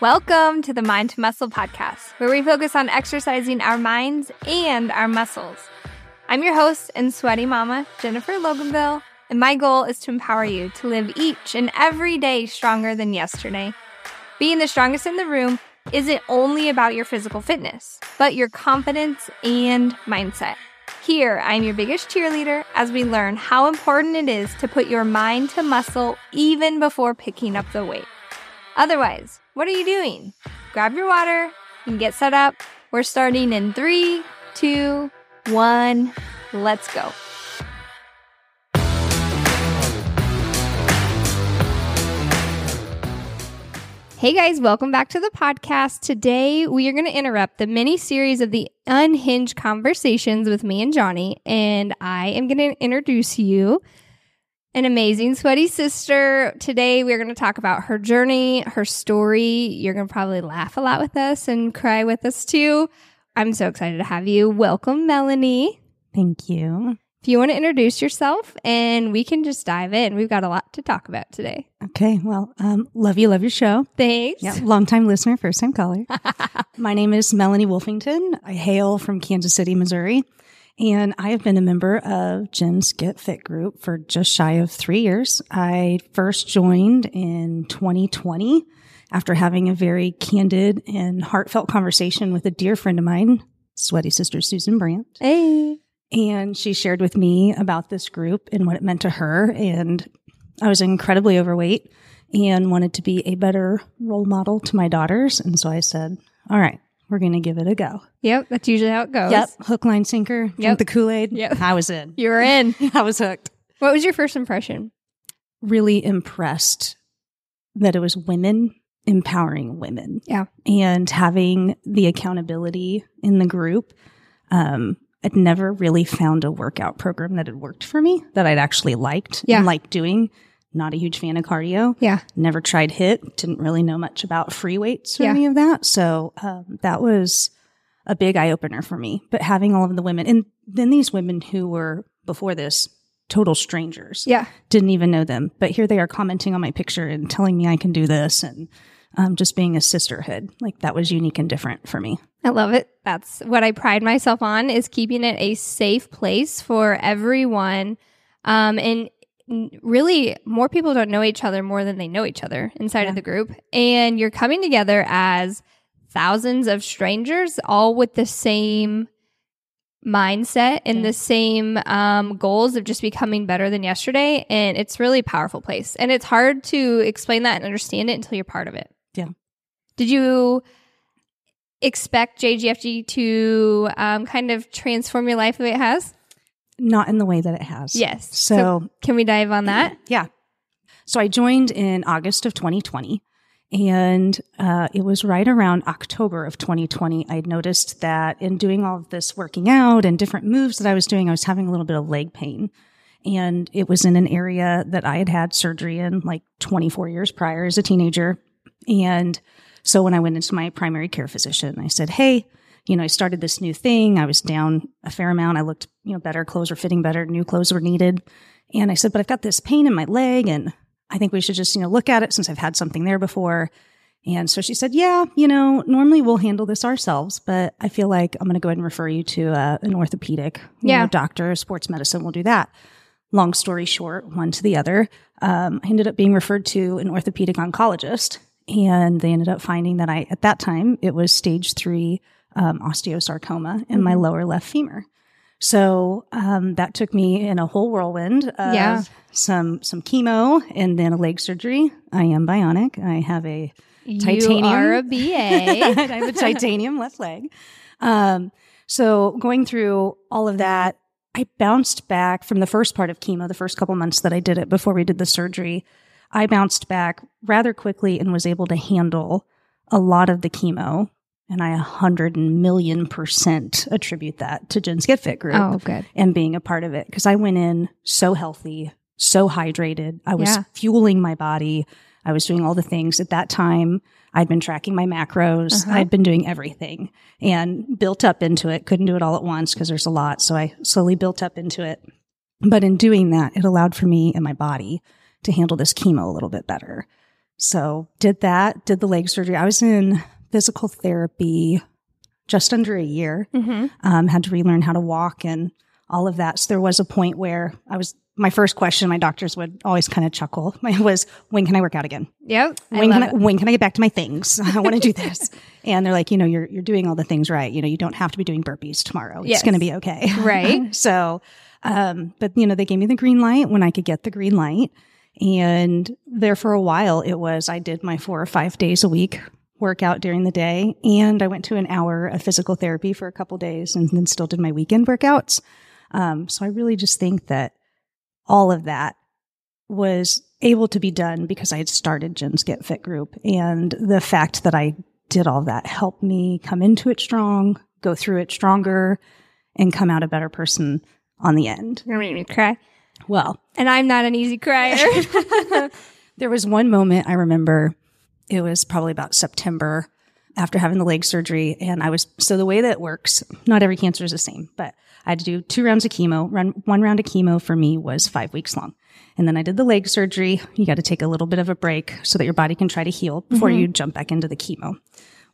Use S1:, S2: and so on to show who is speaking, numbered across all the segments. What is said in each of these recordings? S1: Welcome to the Mind to Muscle podcast, where we focus on exercising our minds and our muscles. I'm your host and sweaty mama, Jennifer Loganville, and my goal is to empower you to live each and every day stronger than yesterday. Being the strongest in the room isn't only about your physical fitness, but your confidence and mindset. Here, I'm your biggest cheerleader as we learn how important it is to put your mind to muscle even before picking up the weight. Otherwise, what are you doing? Grab your water and get set up. We're starting in three, two, one. Let's go. Hey guys, welcome back to the podcast. Today we are going to interrupt the mini series of the unhinged conversations with me and Johnny, and I am going to introduce you an amazing sweaty sister. Today we're going to talk about her journey, her story. You're going to probably laugh a lot with us and cry with us too. I'm so excited to have you. Welcome, Melanie.
S2: Thank you.
S1: If you want to introduce yourself and we can just dive in, we've got a lot to talk about today.
S2: Okay. Well, um, love you. Love your show.
S1: Thanks.
S2: Yeah. Longtime listener, first time caller. My name is Melanie Wolfington. I hail from Kansas City, Missouri. And I have been a member of Jen's Get Fit group for just shy of three years. I first joined in 2020 after having a very candid and heartfelt conversation with a dear friend of mine, sweaty sister Susan Brandt.
S1: Hey.
S2: And she shared with me about this group and what it meant to her. And I was incredibly overweight and wanted to be a better role model to my daughters. And so I said, All right, we're going to give it a go.
S1: Yep, that's usually how it goes.
S2: Yep. Hook, line, sinker, drink
S1: Yep.
S2: the Kool Aid.
S1: Yep.
S2: I was in.
S1: You were in.
S2: I was hooked.
S1: What was your first impression?
S2: Really impressed that it was women empowering women.
S1: Yeah.
S2: And having the accountability in the group. Um, I'd never really found a workout program that had worked for me that I'd actually liked
S1: Yeah.
S2: and liked doing. Not a huge fan of cardio.
S1: Yeah.
S2: Never tried HIT. Didn't really know much about free weights or
S1: Yeah.
S2: any of that. So um, that was a big eye opener for me. But having all of the women, and then these women who were before this total strangers,
S1: Yeah.
S2: didn't even know them, but here they are commenting on my picture and telling me I can do this, and um, just being a sisterhood. Like that was unique and different for me.
S1: I love it. That's what I pride myself on is keeping it a safe place for everyone. Um, and n- really, more people don't know each other more than they know each other inside
S2: Yeah.
S1: of the group. And you're coming together as thousands of strangers, all with the same mindset and
S2: Yeah.
S1: the same um, goals of just becoming better than yesterday. And it's really a powerful place. And it's hard to explain that and understand it until you're part of it.
S2: Yeah.
S1: Did you expect JGFG to um, kind of transform your life the way it has?
S2: Not in the way that it has.
S1: Yes.
S2: So,
S1: Can we dive on that?
S2: yeah. So I joined in August of 2020, and uh, it was right around October of 2020. I'd noticed that in doing all of this working out and different moves that I was doing, I was having a little bit of leg pain. and it was in an area that I had had surgery in like 24 years prior as a teenager. And so when I went into my primary care physician, I said, Hey, you know, I started this new thing. I was down a fair amount. I looked, you know, better. Clothes were fitting better. New clothes were needed. And I said, But I've got this pain in my leg. And I think we should just, you know, look at it since I've had something there before. And so she said, Yeah, you know, normally we'll handle this ourselves, but I feel like I'm going to go ahead and refer you to uh, an orthopedic you
S1: Yeah.
S2: know, doctor, sports medicine. We'll do that long story short, one to the other, um, I ended up being referred to an orthopedic oncologist. And they ended up finding that I, at that time, it was stage three um, osteosarcoma in my lower left femur. So um, that took me in a whole whirlwind of
S1: Yeah.
S2: some some chemo and then a leg surgery. I am bionic. I have a
S1: You
S2: Titanium.
S1: are a BA.
S2: I have a titanium left leg. Um, so going through all of that, I bounced back from the first part of chemo, the first couple months that I did it before we did the surgery. I bounced back rather quickly and was able to handle a lot of the chemo. And I a hundred million percent attribute that to Jen's Get Fit group
S1: oh, good.
S2: and being a part of it because I went in so healthy, so hydrated. I was
S1: Yeah.
S2: fueling my body. I was doing all the things at that time. I'd been tracking my macros.
S1: Uh-huh.
S2: I'd been doing everything and built up into it. Couldn't do it all at once because there's a lot. So I slowly built up into it. But in doing that, it allowed for me and my body to handle this chemo a little bit better. So did that, did the leg surgery. I was in physical therapy just under a year,
S1: Mm-hmm.
S2: um, had to relearn how to walk and all of that. So there was a point where I was, my first question, my doctors would always kind of chuckle, was, when can I work out again?
S1: Yep. I
S2: when
S1: love
S2: can I,
S1: it.
S2: when can I get back to my things? I want to do this. And they're like, you know, you're you're doing all the things right. You know, you don't have to be doing burpees tomorrow.
S1: Yes.
S2: It's going to be okay.
S1: Right.
S2: so, um, but you know, they gave me the green light when I could get the green light. And there for a while, it was I did my four or five days a week workout during the day, and I went to an hour of physical therapy for a couple days, and then still did my weekend workouts. Um, so I really just think that all of that was able to be done because I had started Jen's Get Fit group. And the fact that I did all that helped me come into it strong, go through it stronger, and come out a better person on the end.
S1: You're gonna make me cry.
S2: Well,
S1: And I'm not an easy crier.
S2: There was one moment I remember, it was probably about September after having the leg surgery. And I was, so the way that it works, not every cancer is the same, but I had to do two rounds of chemo. Run, one round of chemo for me was five weeks long. And then I did the leg surgery. You got to take a little bit of a break so that your body can try to heal before you jump back into the chemo.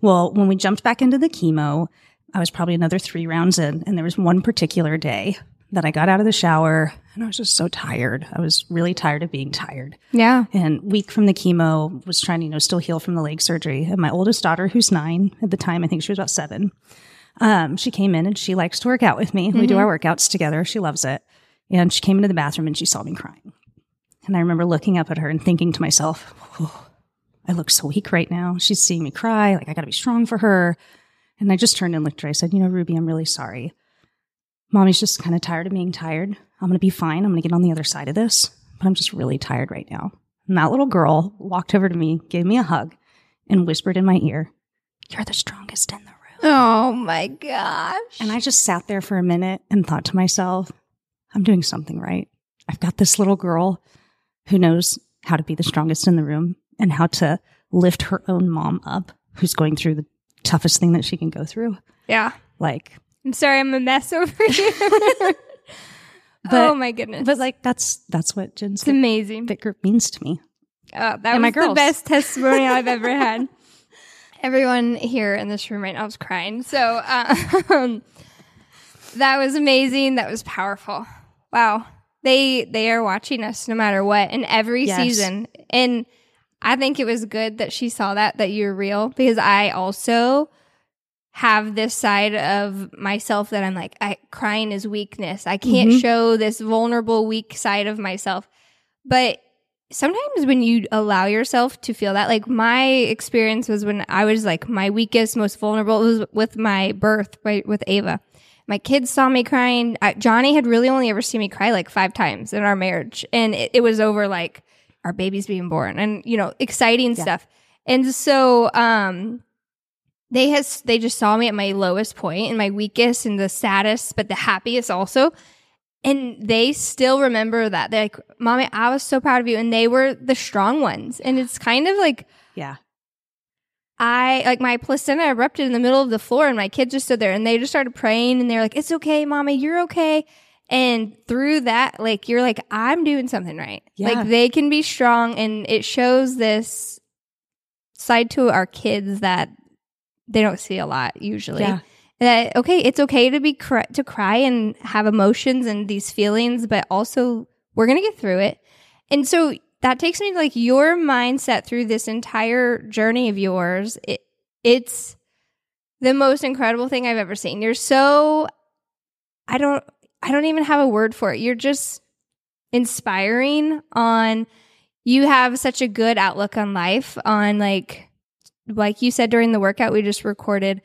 S2: Well, when we jumped back into the chemo, I was probably another three rounds in, and there was one particular day that I got out of the shower and I was just so tired. I was really tired of being tired
S1: yeah.
S2: and weak from the chemo was trying to you know still heal from the leg surgery and my oldest daughter who's nine at the time i think she was about seven um, she came in and she likes to work out with me we do our workouts together she loves it and she came into the bathroom and she saw me crying and i remember looking up at her and thinking to myself "Whew, i look so weak right now she's seeing me cry like i gotta be strong for her and i just turned and looked at her i said you know ruby i'm really sorry mommy's just kind of tired of being tired. I'm going to be fine. I'm going to get on the other side of this, but I'm just really tired right now. And that little girl walked over to me, gave me a hug, and whispered in my ear, You're the strongest in the room.
S1: Oh my gosh.
S2: And I just sat there for a minute and thought to myself, I'm doing something right. I've got this little girl who knows how to be the strongest in the room and how to lift her own mom up who's going through the toughest thing that she can go through.
S1: Yeah.
S2: Like,
S1: I'm sorry. I'm a mess over here.
S2: But-
S1: oh my goodness.
S2: but like that's that's what Jen's
S1: it's amazing.
S2: fit group means to me.
S1: Oh, that
S2: And my
S1: was the
S2: girls.
S1: best testimonial I've ever had. Everyone here in this room right now is crying. So uh, that was amazing. That was powerful. Wow. They they are watching us no matter what in every
S2: Yes.
S1: season. And I think it was good that she saw that that you're real because I also have this side of myself that I'm like I crying is weakness. I can't
S2: Mhm.
S1: show this vulnerable weak side of myself. But sometimes when you allow yourself to feel that like my experience was when i was like my weakest most vulnerable it was with my birth right with ava my kids saw me crying I, johnny had really only ever seen me cry like five times in our marriage and it, it was over like our baby's being born and you know exciting stuff and so um they has they just saw me at my lowest point and my weakest and the saddest but the happiest also and they still remember that they're like mommy i was so proud of you and they were the strong ones and it's kind of like
S2: Yeah.
S1: i like my placenta erupted in the middle of the floor and my kids just stood there and they just started praying and they're like it's okay mommy you're okay and through that like you're like i'm doing something right
S2: Yeah.
S1: like they can be strong and it shows this side to our kids that they don't see a lot usually
S2: Yeah.
S1: that okay it's okay to be cr- to cry and have emotions and these feelings but also we're gonna get through it and so that takes me to like your mindset through this entire journey of yours it, it's the most incredible thing i've ever seen you're so i don't i don't even have a word for it you're just inspiring on you have such a good outlook on life on like like you said during the workout we just recorded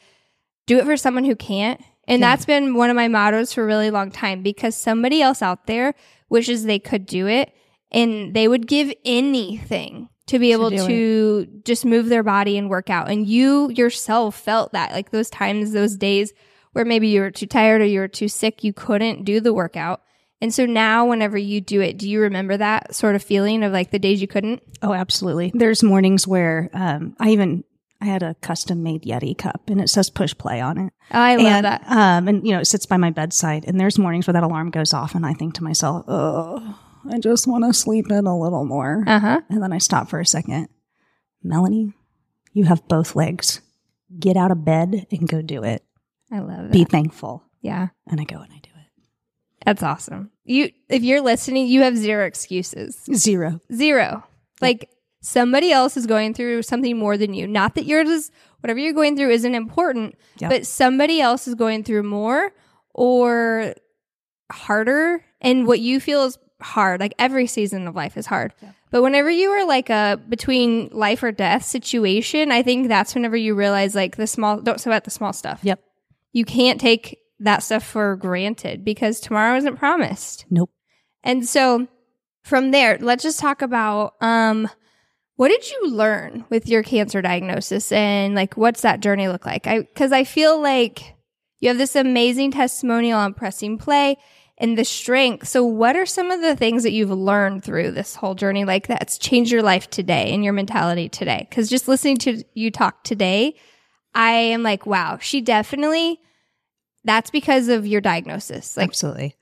S1: do it for someone who can't and
S2: Yeah.
S1: that's been one of my mottos for a really long time because somebody else out there wishes they could do it and they would give anything to be
S2: To
S1: able
S2: do
S1: to just move their body and work out and you yourself felt that like those times those days where maybe you were too tired or you were too sick you couldn't do the workout and so now whenever you do it do you remember that sort of feeling of like the days you couldn't
S2: Oh, absolutely. There's mornings where um, I even I had a custom made Yeti cup, and it says push play on it.
S1: Oh, i love
S2: and,
S1: that
S2: Um, and you know, it sits by my bedside. And there's mornings where that alarm goes off, and I think to myself, "Oh, I just want to sleep in a little more."
S1: uh-huh
S2: And then I stop for a second, Melanie, you have both legs. Get out of bed and go do it.
S1: I love it.
S2: Be thankful.
S1: yeah.
S2: And I go and I do it.
S1: That's awesome. You if you're listening, you have zero excuses.
S2: Zero.
S1: Zero. Like somebody else is going through something more than you. Not that yours is whatever you're going through isn't important,
S2: Yeah.
S1: but somebody else is going through more or harder and what you feel is hard. Like every season of life is hard. But whenever you are like a between life or death situation, I think that's whenever you realize like the small don't sweat the small stuff.
S2: Yep.
S1: You can't take that stuff for granted because tomorrow isn't promised.
S2: Nope.
S1: And so from there, let's just talk about um what did you learn with your cancer diagnosis and like what's that journey look like? I cuz I feel like you have this amazing testimonial on pressing play and the strength. So what are some of the things that you've learned through this whole journey like that's changed your life today and your mentality today? Cuz just listening to you talk today, I am like, wow, she definitely that's because of your diagnosis. Like
S2: Absolutely.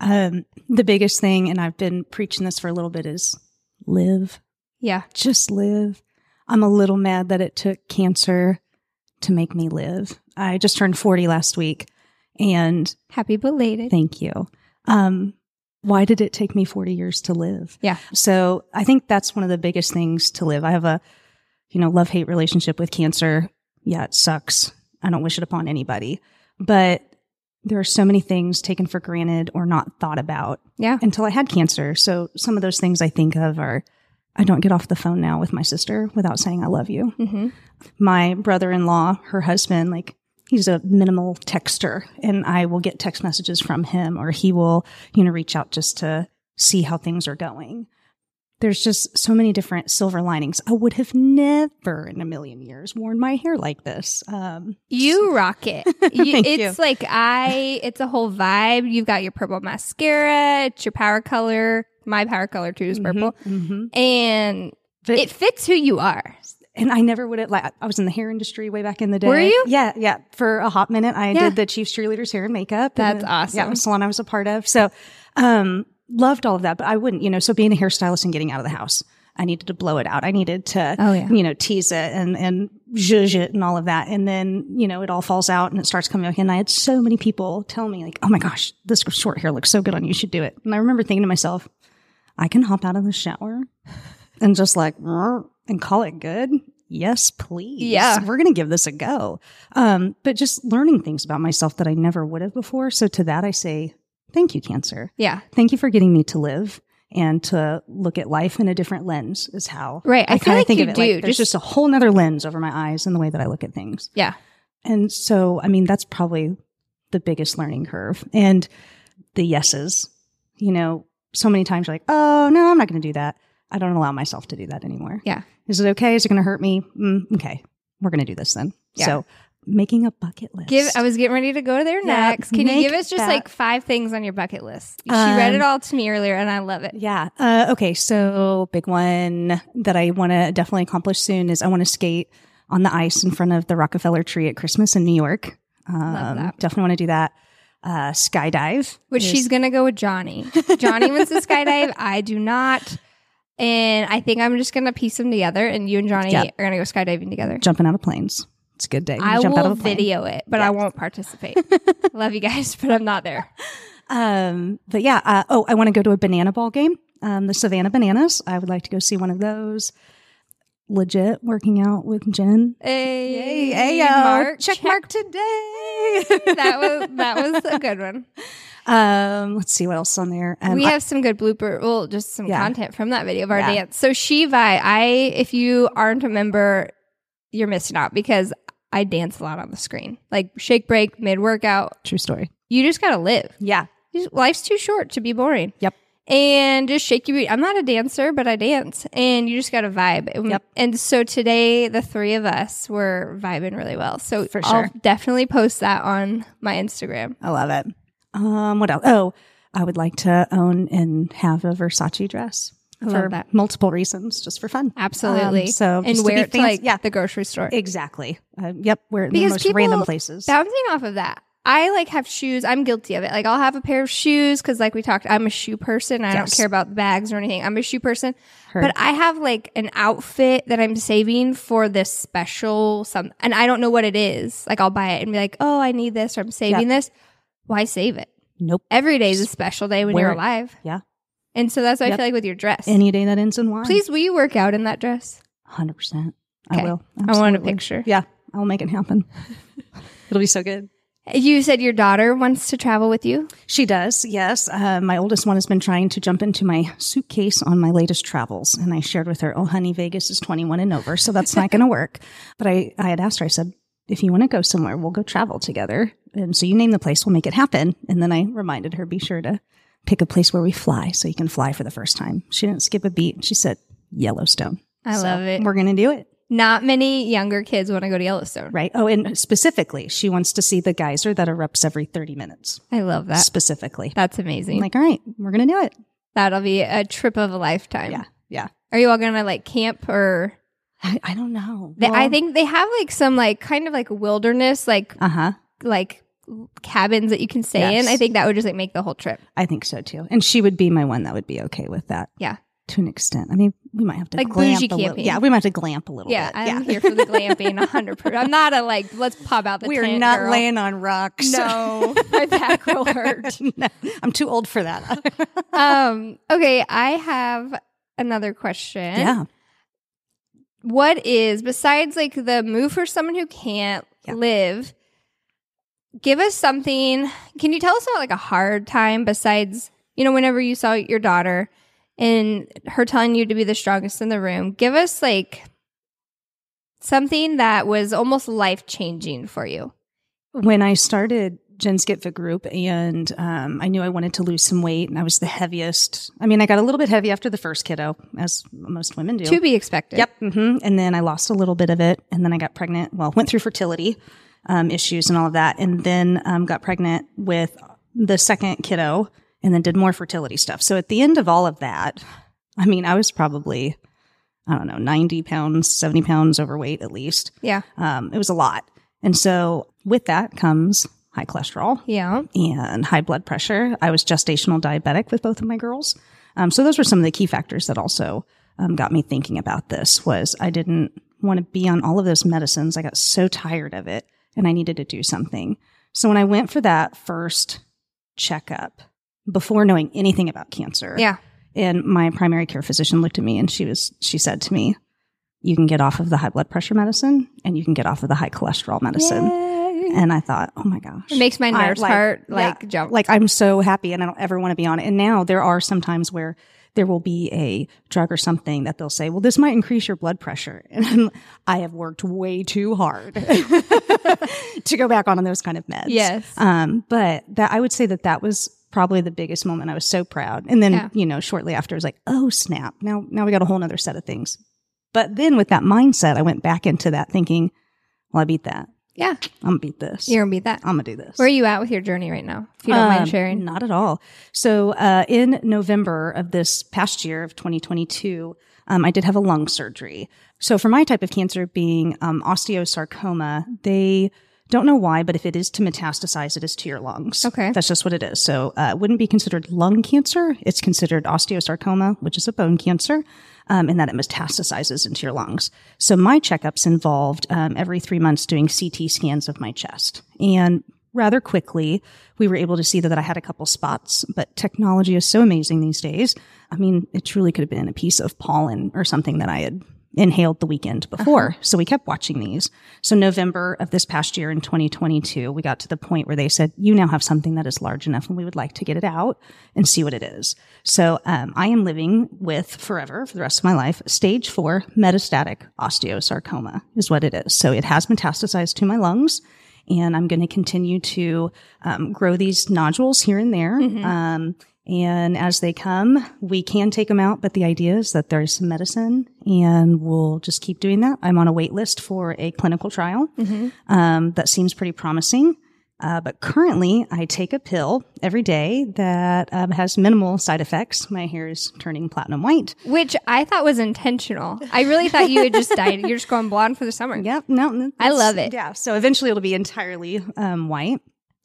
S2: Um, the biggest thing, and I've been preaching this for a little bit, is live.
S1: yeah.
S2: Just live. I'm a little mad that it took cancer to make me live. I just turned 40 last week and
S1: Happy belated.
S2: Thank you. Um, why did it take me 40 years to live?
S1: Yeah.
S2: So I think that's one of the biggest things to live. I have a, you know, love hate relationship with cancer. Yeah, it sucks. I don't wish it upon anybody, but there are so many things taken for granted or not thought about
S1: Yeah.
S2: until I had cancer. So some of those things I think of are I don't get off the phone now with my sister without saying I love you.
S1: Mm-hmm.
S2: my brother-in-law, her husband, like he's a minimal texter and I will get text messages from him or he will, you know, reach out just to see how things are going. There's just so many different silver linings. I would have never in a million years worn my hair like this. Um,
S1: You rock it. You,
S2: Thank
S1: it's like I. It's a whole vibe. You've got your purple mascara. It's your power color. My power color too is purple,
S2: mhm.
S1: and
S2: But-
S1: it fits who you are.
S2: and I never would have like I was in the hair industry way back in the day.
S1: Were you?
S2: Yeah, yeah. For a hot minute, I
S1: Yeah.
S2: did the Chiefs cheerleaders hair and makeup. and
S1: That's
S2: then-
S1: awesome.
S2: Yeah, it was a salon I was a part of. So, um, loved all of that, but I wouldn't, you know. So being a hairstylist and getting out of the house, I needed to blow it out. I needed to,
S1: Oh, yeah.
S2: you know, tease it and and zhuzh it and all of that, and then you know it all falls out and it starts coming back. in. I had so many people tell me like, "Oh my gosh, this short hair looks so good on you. You should do it." And I remember thinking to myself, I can hop out of the shower and just like "Rrr," and call it good. Yes, please.
S1: Yeah.
S2: We're gonna give this a go. Um, but just learning things about myself that I never would have before. So to that I say, thank you, cancer.
S1: Yeah,
S2: Thank you for getting me to live and to look at life in a different lens is how
S1: Right. I feel
S2: kinda
S1: like you do.
S2: Like, there's
S1: Just-
S2: just a whole nother lens over my eyes and the way that I look at things.
S1: yeah,
S2: And so, I mean, that's probably the biggest learning curve and the yeses. You know, so many times you're like, oh, no, I'm not going to do that. I don't allow myself to do that anymore.
S1: yeah.
S2: Is it okay? Is it going to hurt me? Mm, okay. We're going to do this then.
S1: Yeah.
S2: So, making a bucket list.
S1: Give. I was getting ready to go there
S2: Yeah,
S1: next. Can you
S2: make
S1: give us just
S2: that-
S1: like five things on your bucket list? She read
S2: Um,
S1: it all to me earlier, and I love it.
S2: yeah. Uh, okay. So, big one that I want to definitely accomplish soon is I want to skate on the ice in front of the Rockefeller tree at Christmas in New York. Um,
S1: that.
S2: Definitely want to do that. Uh, skydive.
S1: Which
S2: is-
S1: she's gonna go with Johnny. Johnny wants to skydive. I do not. And I think I'm just gonna piece them together, and you and Johnny
S2: Yep.
S1: are gonna go skydiving together.
S2: jumping out of planes. It's a good day. You
S1: I
S2: jump out
S1: will
S2: of a plane.
S1: video it, but I won't participate. Love you guys, but I'm not there.
S2: Um, but yeah. Uh, oh, I want to go to a banana ball game. Um, the Savannah Bananas. I would like to go see one of those. Legit working out with Jen.
S1: Hey,
S2: Ayo.
S1: Mark,
S2: check,
S1: check.
S2: mark today.
S1: That was that was a good one.
S2: um, let's see what else is on there. Um,
S1: we
S2: I-
S1: have some good blooper, well, just some
S2: Yeah.
S1: content from that video of our
S2: Yeah.
S1: dance. So Shiva, I if you aren't a member, you're missing out because I dance a lot on the screen, like shake break mid workout.
S2: true story.
S1: You just gotta live.
S2: Yeah.
S1: You just- Life's too short to be boring.
S2: Yep.
S1: And just shake your booty. I'm not a dancer, but I dance, and you just got to vibe. And-
S2: Yep.
S1: And so today, the three of us were vibing really well. So
S2: For
S1: I'll
S2: sure.
S1: definitely post that on my Instagram.
S2: I love it. Um, what else? Oh, I would like to own and have a Versace dress
S1: love
S2: for
S1: that.
S2: multiple reasons, just for fun.
S1: Absolutely.
S2: Um, so just
S1: and
S2: to
S1: wear
S2: be
S1: it to like
S2: fancy- yeah.
S1: the grocery store.
S2: Exactly. Uh, yep. We're in
S1: Because
S2: the most
S1: people-
S2: random places.
S1: Bouncing off of that, I like have shoes. I'm guilty of it. Like I'll have a pair of shoes because, like we talked, I'm a shoe person. I don't
S2: Yes.
S1: care about bags or anything. I'm a shoe person.
S2: Heard.
S1: But I have like an outfit that I'm saving for this special some, and I don't know what it is. Like I'll buy it and be like, oh, I need this or I'm saving this. Why save it?
S2: Nope.
S1: Every day is a special day when
S2: Wear
S1: you're
S2: it.
S1: alive.
S2: Yeah.
S1: And so that's what I
S2: Yep.
S1: feel like with your dress.
S2: Any day that ends in Y.
S1: Please, will you work out in that dress?
S2: 100%.
S1: Okay.
S2: I will.
S1: I want a
S2: Absolutely.
S1: picture.
S2: Yeah. I'll make it happen. It'll be so good.
S1: You said your daughter wants to travel with you.
S2: She does, yes. Uh, my oldest one has been trying to jump into my suitcase on my latest travels. And I shared with her, oh, honey, Vegas is 21 and over, so that's not going to work. But I, I had asked her, I said, if you want to go somewhere, we'll go travel together. And so you name the place, we'll make it happen. And then I reminded her, be sure to pick a place where we fly so you can fly for the first time. She didn't skip a beat. She said, Yellowstone.
S1: I
S2: So
S1: love it.
S2: We're going to do it.
S1: Not many younger kids want to go to Yellowstone.
S2: Right. Oh, and specifically, she wants to see the geyser that erupts every 30 minutes.
S1: I love that.
S2: Specifically.
S1: That's amazing.
S2: I'm like, all right, we're going to do it.
S1: That'll be a trip of a lifetime.
S2: Yeah. Yeah.
S1: Are you all gonna like camp or?
S2: I, I don't know.
S1: They, I think they have like some like kind of like wilderness like
S2: Uh huh.
S1: like cabins that you can stay
S2: Yes.
S1: in. I think that would just like make the whole trip.
S2: I think so too. And she would be my one that would be okay with that.
S1: Yeah.
S2: To an extent. I mean, we might have to
S1: Like bougie
S2: glamp a little.
S1: camping.
S2: Yeah, we might have to glamp a little
S1: Yeah,
S2: bit.
S1: I'm here for the glamping 100. percent I'm not a like let's pop out the
S2: we are
S1: tent,
S2: not
S1: girl.
S2: laying on rocks.
S1: No, my back will hurt.
S2: No, I'm too old for that.
S1: Um, okay, I have another question.
S2: yeah.
S1: what is besides like the move for someone who can't
S2: Yeah.
S1: live give us something can you tell us about like a hard time besides you know whenever you saw your daughter and her telling you to be the strongest in the room give us like something that was almost life changing for you
S2: when I started Jen's Get Fit group, and um, I knew I wanted to lose some weight, and I was the heaviest. I mean, I got a little bit heavy after the first kiddo, as most women do.
S1: to be expected
S2: Yep. hmm And then I lost a little bit of it, and then I got pregnant. Well, went through fertility um, issues and all of that, and then um, got pregnant with the second kiddo, and then did more fertility stuff. So at the end of all of that, I mean, I was probably I don't know ninety pounds, seventy pounds overweight at least.
S1: yeah
S2: Um, it was a lot, and so with that comes high cholesterol
S1: yeah
S2: and high blood pressure. I was gestational diabetic with both of my girls. Um, so those were some of the key factors that also um, got me thinking about this was I didn't want to be on all of those medicines. I got so tired of it and I needed to do something. So when I went for that first checkup before knowing anything about cancer,
S1: yeah
S2: and my primary care physician looked at me and she was she said to me, you can get off of the high blood pressure medicine and you can get off of the high cholesterol medicine.
S1: Yay.
S2: And I thought, oh my gosh.
S1: it makes my
S2: I,
S1: nerves
S2: like-
S1: heart
S2: yeah.
S1: like jump
S2: Like I'm so happy and I don't ever want to be on it. And now there are some times where there will be a drug or something that they'll say, well, this might increase your blood pressure. And I'm, I have worked way too hard to go back on those kind of meds.
S1: Yes.
S2: Um, but that I would say that that was probably the biggest moment. I was so proud. And then,
S1: Yeah.
S2: you know, shortly after it was like, oh snap. Now, now we got a whole nother set of things. But then with that mindset, I went back into that thinking, well, I beat that.
S1: yeah
S2: I'm gonna beat this.
S1: you're gonna be that
S2: I'm gonna do this.
S1: where are you at with your journey right now if you don't
S2: Um,
S1: mind sharing
S2: Not at all. So, uh, in November of this past year of 2022, um, I did have a lung surgery. So, for my type of cancer being um, osteosarcoma, they don't know why, but if it is to metastasize, it is to your lungs.
S1: Okay.
S2: That's just what it is. So, uh, it wouldn't be considered lung cancer. It's considered osteosarcoma, which is a bone cancer, um, and that it metastasizes into your lungs. So, my checkups involved um, every three months doing CT scans of my chest. And rather quickly, we were able to see that I had a couple spots, but technology is so amazing these days. I mean, it truly could have been a piece of pollen or something that I had inhaled the weekend before. So we kept watching these. So November of this past year in 2022, we got to the point where they said, you now have something that is large enough and we would like to get it out and see what it is. So um, I am living with forever for the rest of my life, stage four metastatic osteosarcoma is what it is. So it has metastasized to my lungs and I'm going to continue to um, grow these nodules here and there. Um, and as they come, we can take them out, but the idea is that there's some medicine and we'll just keep doing that. I'm on a wait list for a clinical trial um, that seems pretty promising. Uh, but currently, I take a pill every day that um, has minimal side effects. My hair is turning platinum white.
S1: Which I thought was intentional. I really thought you had just dyed. You're just going blonde for the summer.
S2: Yep. No,
S1: I
S2: that's-
S1: love it.
S2: Yeah. So eventually it'll be entirely um, white.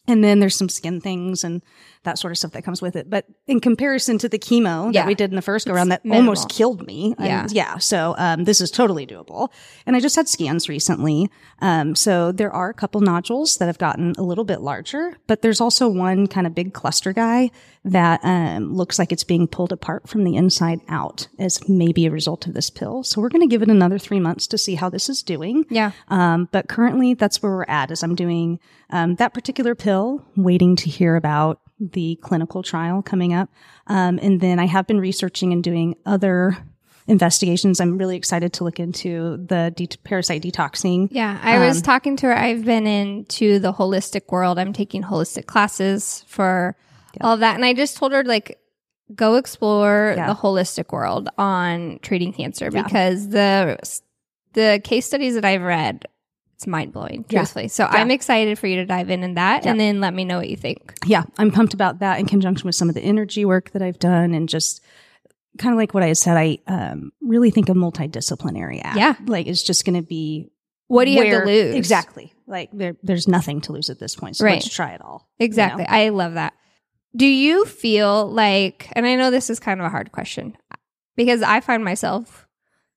S2: And then there's some skin things and that sort of stuff that comes with it. But in comparison to the chemo
S1: Yeah.
S2: that we did in the first go
S1: It's
S2: round, that
S1: minimal.
S2: almost killed me. And
S1: Yeah.
S2: yeah. So um, this is totally doable. And I just had scans recently. Um, so there are a couple nodules that have gotten a little bit larger, but there's also one kind of big cluster guy that um, looks like it's being pulled apart from the inside out as maybe a result of this pill. So we're going to give it another three months to see how this is doing.
S1: Yeah.
S2: Um, but currently, that's where we're at. Is I'm doing um, that particular pill, waiting to hear about the clinical trial coming up, um, and then I have been researching and doing other investigations. I'm really excited to look into the de- parasite detoxing.
S1: Yeah, I was talking to her. I've been into the holistic world. I'm taking holistic classes for all of that. And I just told her, like, go explore
S2: Yeah.
S1: the holistic world on treating cancer because the the case studies that I've read, it's mind blowing,
S2: Yeah.
S1: truthfully. So I'm excited for you to dive in in that and then let me know what you think.
S2: Yeah, I'm pumped about that in conjunction with some of the energy work that I've done, and just kind of like what I said, I um, really think a multidisciplinary app.
S1: Yeah.
S2: like it's just going to be
S1: What do you have
S2: where-
S1: to lose?
S2: Exactly. Like there, there's nothing to lose at this point. So
S1: Right.
S2: let's try it all. you know?
S1: Exactly. I love that. Do you feel like, and I know this is kind of a hard question because I find myself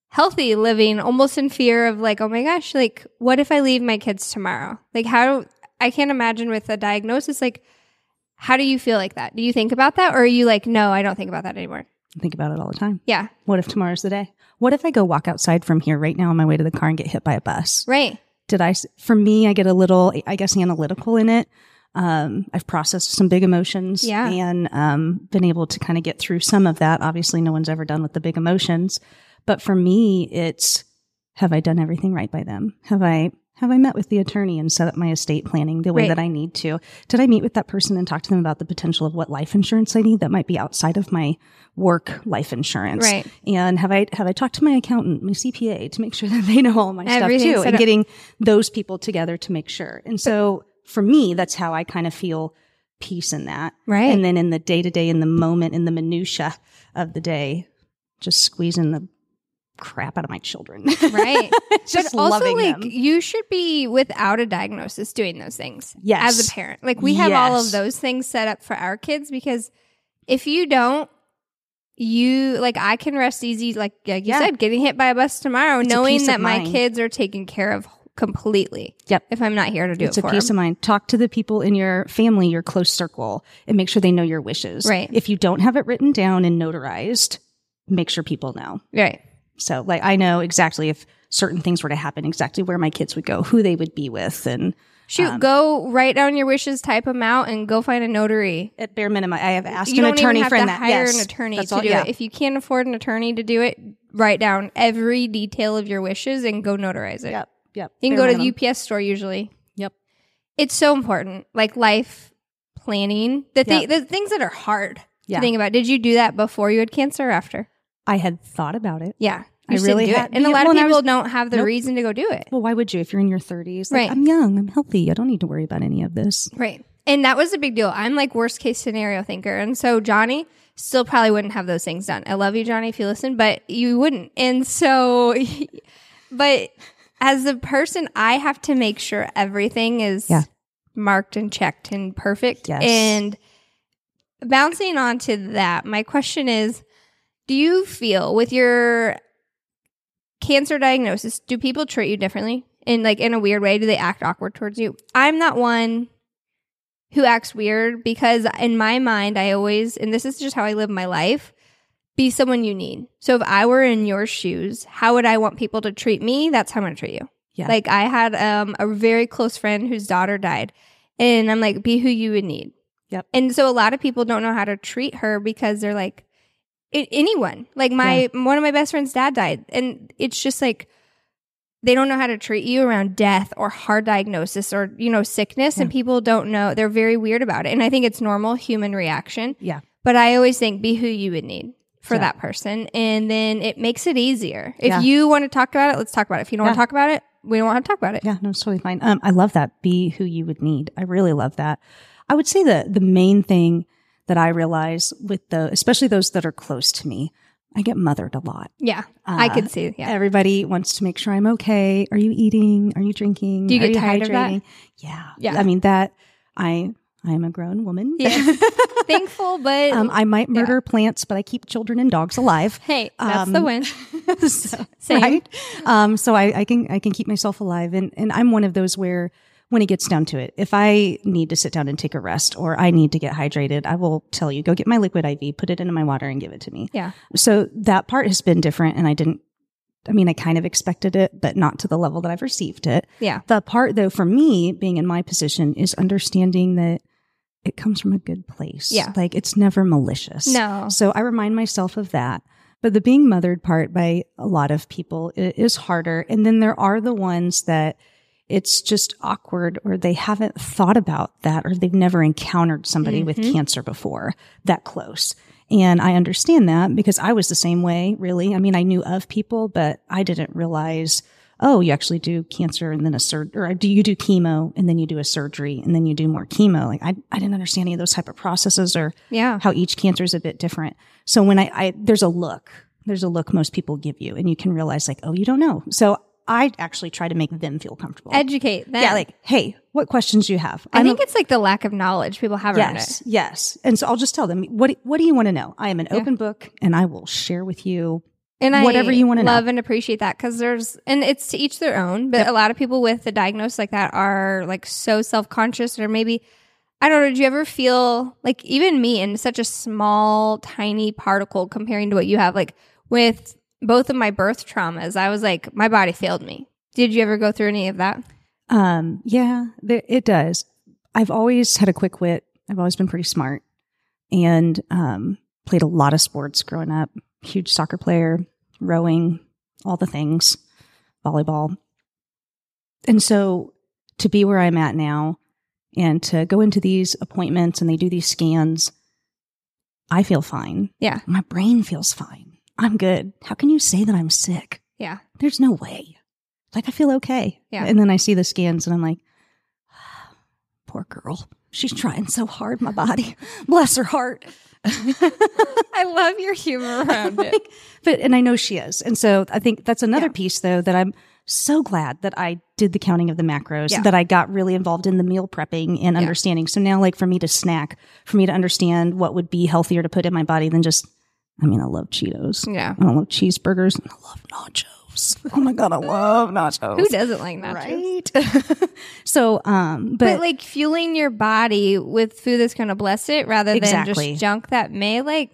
S1: healthy living almost in fear of like, oh my gosh, like, what if I leave my kids tomorrow? Like, how, I can't imagine with a diagnosis, like, how do you feel like that? Do you think about that? Or are you like, no, I don't think about that anymore?
S2: I think about it all the time.
S1: Yeah.
S2: What if tomorrow's the day? What if I go walk outside from here right now on my way to the car and get hit by a bus?
S1: Right.
S2: Did I, s- for me, I get a little, I guess, analytical in it. Um, I've processed some big emotions
S1: Yeah.
S2: and um, been able to kind of get through some of that. Obviously, no one's ever done with the big emotions. But for me, it's have I done everything right by them? Have I have I met with the attorney and set up my estate planning the way
S1: Right.
S2: that I need to? Did I meet with that person and talk to them about the potential of what life insurance I need that might be outside of my work life insurance?
S1: Right.
S2: And have I have I talked to my accountant, my CPA, to make sure that they know all my
S1: Everything's
S2: stuff too,
S1: set
S2: and
S1: up.
S2: getting those people together to make sure. And so for me, that's how I kind of feel peace in that.
S1: Right.
S2: And then in the day to day, in the moment, in the minutia of the day, just squeezing the crap out of my children.
S1: Right.
S2: just
S1: but also,
S2: loving
S1: like,
S2: them.
S1: you should be without a diagnosis doing those things.
S2: Yes.
S1: As a parent, like we have all of
S2: Yes.
S1: those things set up for our kids because if you don't, you like I can rest easy. Like, like you
S2: Yeah.
S1: said, getting hit by a bus tomorrow,
S2: a peace
S1: knowing
S2: of
S1: that my
S2: mind.
S1: kids are taken care of completely.
S2: Yep.
S1: If I'm not here to do
S2: It's
S1: it
S2: a
S1: for
S2: peace
S1: 'em.
S2: of mind. Talk to the people in your family, your close circle, and make sure they know your wishes.
S1: Right.
S2: If you don't have it written down and notarized, make sure people know.
S1: right.
S2: So, like, I know exactly if certain things were to happen, exactly where my kids would go, who they would be with, and
S1: Shoot,
S2: Um,
S1: go write down your wishes, type them out, and go find a notary.
S2: at bare minimum, I have asked
S1: You
S2: an
S1: don't
S2: attorney
S1: even have
S2: friend
S1: to
S2: that
S1: hire
S2: yes,
S1: an attorney
S2: that's
S1: to
S2: all-
S1: do
S2: yeah.
S1: it. If you can't afford an attorney to do it, write down every detail of your wishes and go notarize it.
S2: Yep, yep.
S1: You can
S2: bare
S1: go to
S2: minimum.
S1: the UPS store usually.
S2: Yep.
S1: It's so important. Like life planning, the, thi-
S2: Yep.
S1: the things that are hard to
S2: Yeah.
S1: think about. Did you do that before you had cancer or after?
S2: I had thought about it.
S1: Yeah.
S2: I
S1: You should
S2: really
S1: do
S2: had-
S1: it. And a
S2: Yeah,
S1: lot of
S2: well, and I
S1: people
S2: was-
S1: don't have the
S2: Nope.
S1: reason to go do it.
S2: Well, why would you if you're in your 30s? Like,
S1: Right.
S2: I'm young. I'm healthy. I don't need to worry about any of this.
S1: Right. And that was a big deal. I'm like worst case scenario thinker. And so Johnny still probably wouldn't have those things done. I love you, Johnny, if you listen, but you wouldn't. And so, but as a person, I have to make sure everything is
S2: Yeah.
S1: marked and checked and perfect.
S2: Yes.
S1: And bouncing on to that, my question is do you feel with your cancer diagnosis, do people treat you differently? In like in a weird way, do they act awkward towards you? I'm not one who acts weird because in my mind I always and this is just how I live my life, be someone you need. So if I were in your shoes, how would I want people to treat me? That's how I'm gonna treat you.
S2: Yeah.
S1: Like I had um a very close friend whose daughter died and I'm like, be who you would need.
S2: Yep.
S1: And so a lot of people don't know how to treat her because they're like a- anyone. Like my one of my best friend's dad died, and it's just like they don't know how to treat you around death or hard diagnosis or you know sickness, and people don't know. They're very weird about it, and I think it's normal human reaction.
S2: Yeah.
S1: But I always think be who you would need for
S2: Yeah.
S1: that person, and then it makes it easier. If
S2: Yeah.
S1: you want to talk about it, let's talk about it. If you don't want to
S2: Yeah.
S1: talk about it, we don't want to talk about it.
S2: Yeah, no, it's totally fine. Um, I love that. Be who you would need. I really love that. I would say the the main thing that I realize with the, especially those that are close to me, I get mothered a lot.
S1: Yeah, I
S2: Uh,
S1: could see. Yeah,
S2: Everybody wants to make sure I'm okay. Are you eating? Are you drinking?
S1: Do you
S2: Are
S1: get tired of that?
S2: hydrating? Yeah.
S1: Yeah.
S2: I mean that I I am a grown woman.
S1: Yeah. Thankful, but
S2: um, I might murder plants, but I keep children and dogs alive.
S1: hey, that's the
S2: um,
S1: win.
S2: so,
S1: Same.
S2: right? Um, so I, I can I can keep myself alive, and and I'm one of those where when it gets down to it, if I need to sit down and take a rest or I need to get hydrated, I will tell you go get my liquid IV, put it into my water, and give it to me.
S1: Yeah.
S2: So that part has been different, and I didn't. I mean, I kind of expected it, but not to the level that I've received it.
S1: Yeah.
S2: The part though for me being in my position is understanding that it comes from a good place.
S1: Yeah.
S2: Like it's never malicious.
S1: No.
S2: So I remind myself of that. But the being mothered part by a lot of people i- is harder. And then there are the ones that it's just awkward or they haven't thought about that or they've never encountered somebody with cancer before that close. And I understand that because I was the same way, really. I mean, I knew of people, but I didn't realize, oh, you actually do cancer and then a surgery, or do you do chemo and then you do a surgery and then you do more chemo? Like I, I didn't understand any of those type of processes or
S1: Yeah.
S2: how each cancer is a bit different. So when I, I there's a look, there's a look most people give you, and you can realize like, oh, you don't know. So I actually try to make them feel comfortable.
S1: Educate them.
S2: yeah, like, hey, what questions do you have?
S1: I
S2: I'm
S1: think it's like the lack of knowledge people have around it.
S2: yes, yes. And so I'll just tell them what what do you want to know? I am an open book, and I will share with you.
S1: and
S2: whatever
S1: I
S2: you wanna know.
S1: love and appreciate that because there's and it's to each their own. But a lot of people with a diagnosis like that are like so self conscious or maybe I don't know. Did you ever feel like even me in such a small, tiny particle comparing to what you have? Like with both of my birth traumas, I was like my body failed me. Did you ever go through any of that?
S2: Um, yeah, th- it does. I've always had a quick wit. I've always been pretty smart, and um, played a lot of sports growing up. Huge soccer player, rowing, all the things, volleyball. And so to be where I'm at now, and to go into these appointments and they do these scans, I feel fine.
S1: Yeah.
S2: my brain feels fine. I'm good. How can you say that I'm sick?
S1: Yeah,
S2: there's no way. Like I feel okay.
S1: Yeah.
S2: And then I see the scans and I'm like, poor girl. She's trying so hard, my body. Bless her heart.
S1: I love your humor around it.
S2: Like, but and I know she is. And so I think that's another piece though that I'm so glad that I did the counting of the macros,
S1: Yeah.
S2: that I got really involved in the meal prepping and understanding. So now like for me to snack, for me to understand what would be healthier to put in my body than just I mean, I love Cheetos.
S1: Yeah.
S2: I love cheeseburgers. and I love nachos. Oh my god, I love nachos.
S1: Who doesn't like nachos?
S2: right so um
S1: But,
S2: but,
S1: like fueling your body with food that's going to bless it rather than
S2: Exactly.
S1: just junk that may like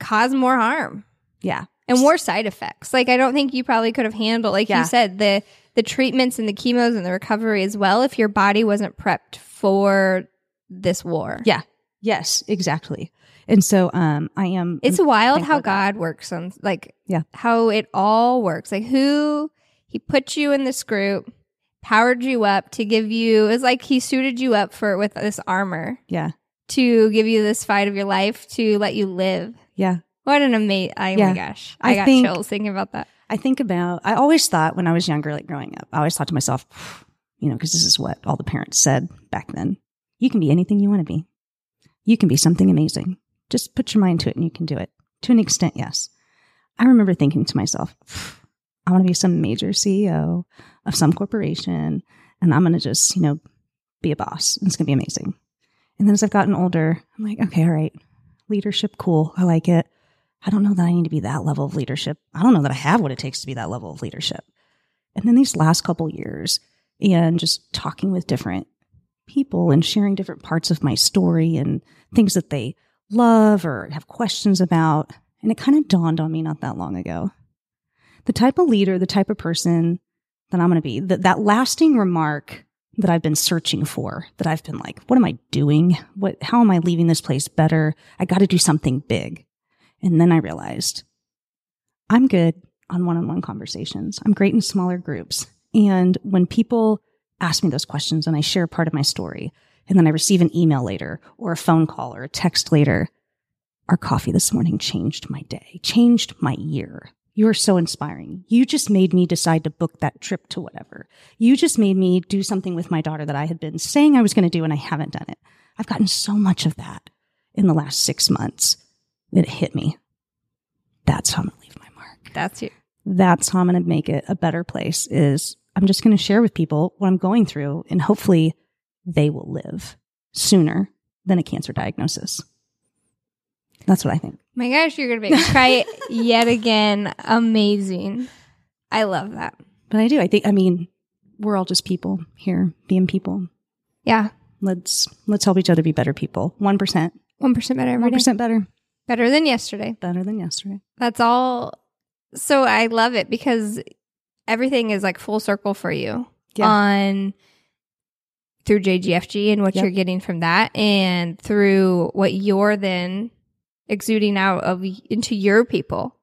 S1: cause more harm
S2: yeah
S1: and more side effects. Like I don't think you probably could have handled like
S2: Yeah.
S1: you said the the treatments and the chemos and the recovery as well if your body wasn't prepped for this war.
S2: yeah yes exactly and so um i am
S1: It's wild how
S2: Thankful God.
S1: God works on like
S2: Yeah.
S1: how it all works. Like who he put you in this group, powered you up to give you it's like he suited you up for with this armor.
S2: yeah
S1: to give you this fight of your life to let you live.
S2: yeah
S1: What an amazing! Oh
S2: Yeah.
S1: my gosh, I,
S2: I
S1: got
S2: think-
S1: chills thinking about that.
S2: i think about i always thought when i was younger like growing up i always thought to myself you know because this is what all the parents said back then you can be anything you want to be you can be something amazing just put your mind to it and you can do it to an extent yes i remember thinking to myself i want to be some major ceo of some corporation and i'm going to just you know be a boss and it's going to be amazing and then as i've gotten older i'm like okay all right leadership cool i like it i don't know that i need to be that level of leadership i don't know that i have what it takes to be that level of leadership and then these last couple years and just talking with different people and sharing different parts of my story and things that they love or have questions about. And it kind of dawned on me not that long ago. The type of leader, the type of person that I'm going to be, that, that lasting remark that I've been searching for, that I've been like, what am I doing? What, how am I leaving this place better? I got to do something big. And then I realized I'm good on one on one conversations. I'm great in smaller groups. And when people ask me those questions and I share part of my story, and then I receive an email later or a phone call or a text later, our coffee this morning changed my day, changed my year. You are so inspiring. You just made me decide to book that trip to whatever. You just made me do something with my daughter that I had been saying I was going to do and I haven't done it. I've gotten so much of that in the last six months that it hit me. That's how I'm going to leave my mark
S1: That's you. Oh
S2: that's how I'm going to make it a better place is I'm just going to share with people what I'm going through and hopefully they will live sooner than a cancer diagnosis. That's what I think.
S1: My gosh, you're going to make me cry yet again. Amazing. I love that.
S2: But I do. I think I mean, we're all just people here, being people.
S1: Yeah.
S2: Let's let's help each other be better people. 1%.
S1: 1% better every day.
S2: 1% better.
S1: Better than yesterday.
S2: Better than yesterday.
S1: That's all. So I love it because everything is like full circle for you
S2: Yeah.
S1: on through JGFG and what
S2: Yep.
S1: you're getting from that and through what you're then exuding out of into your people.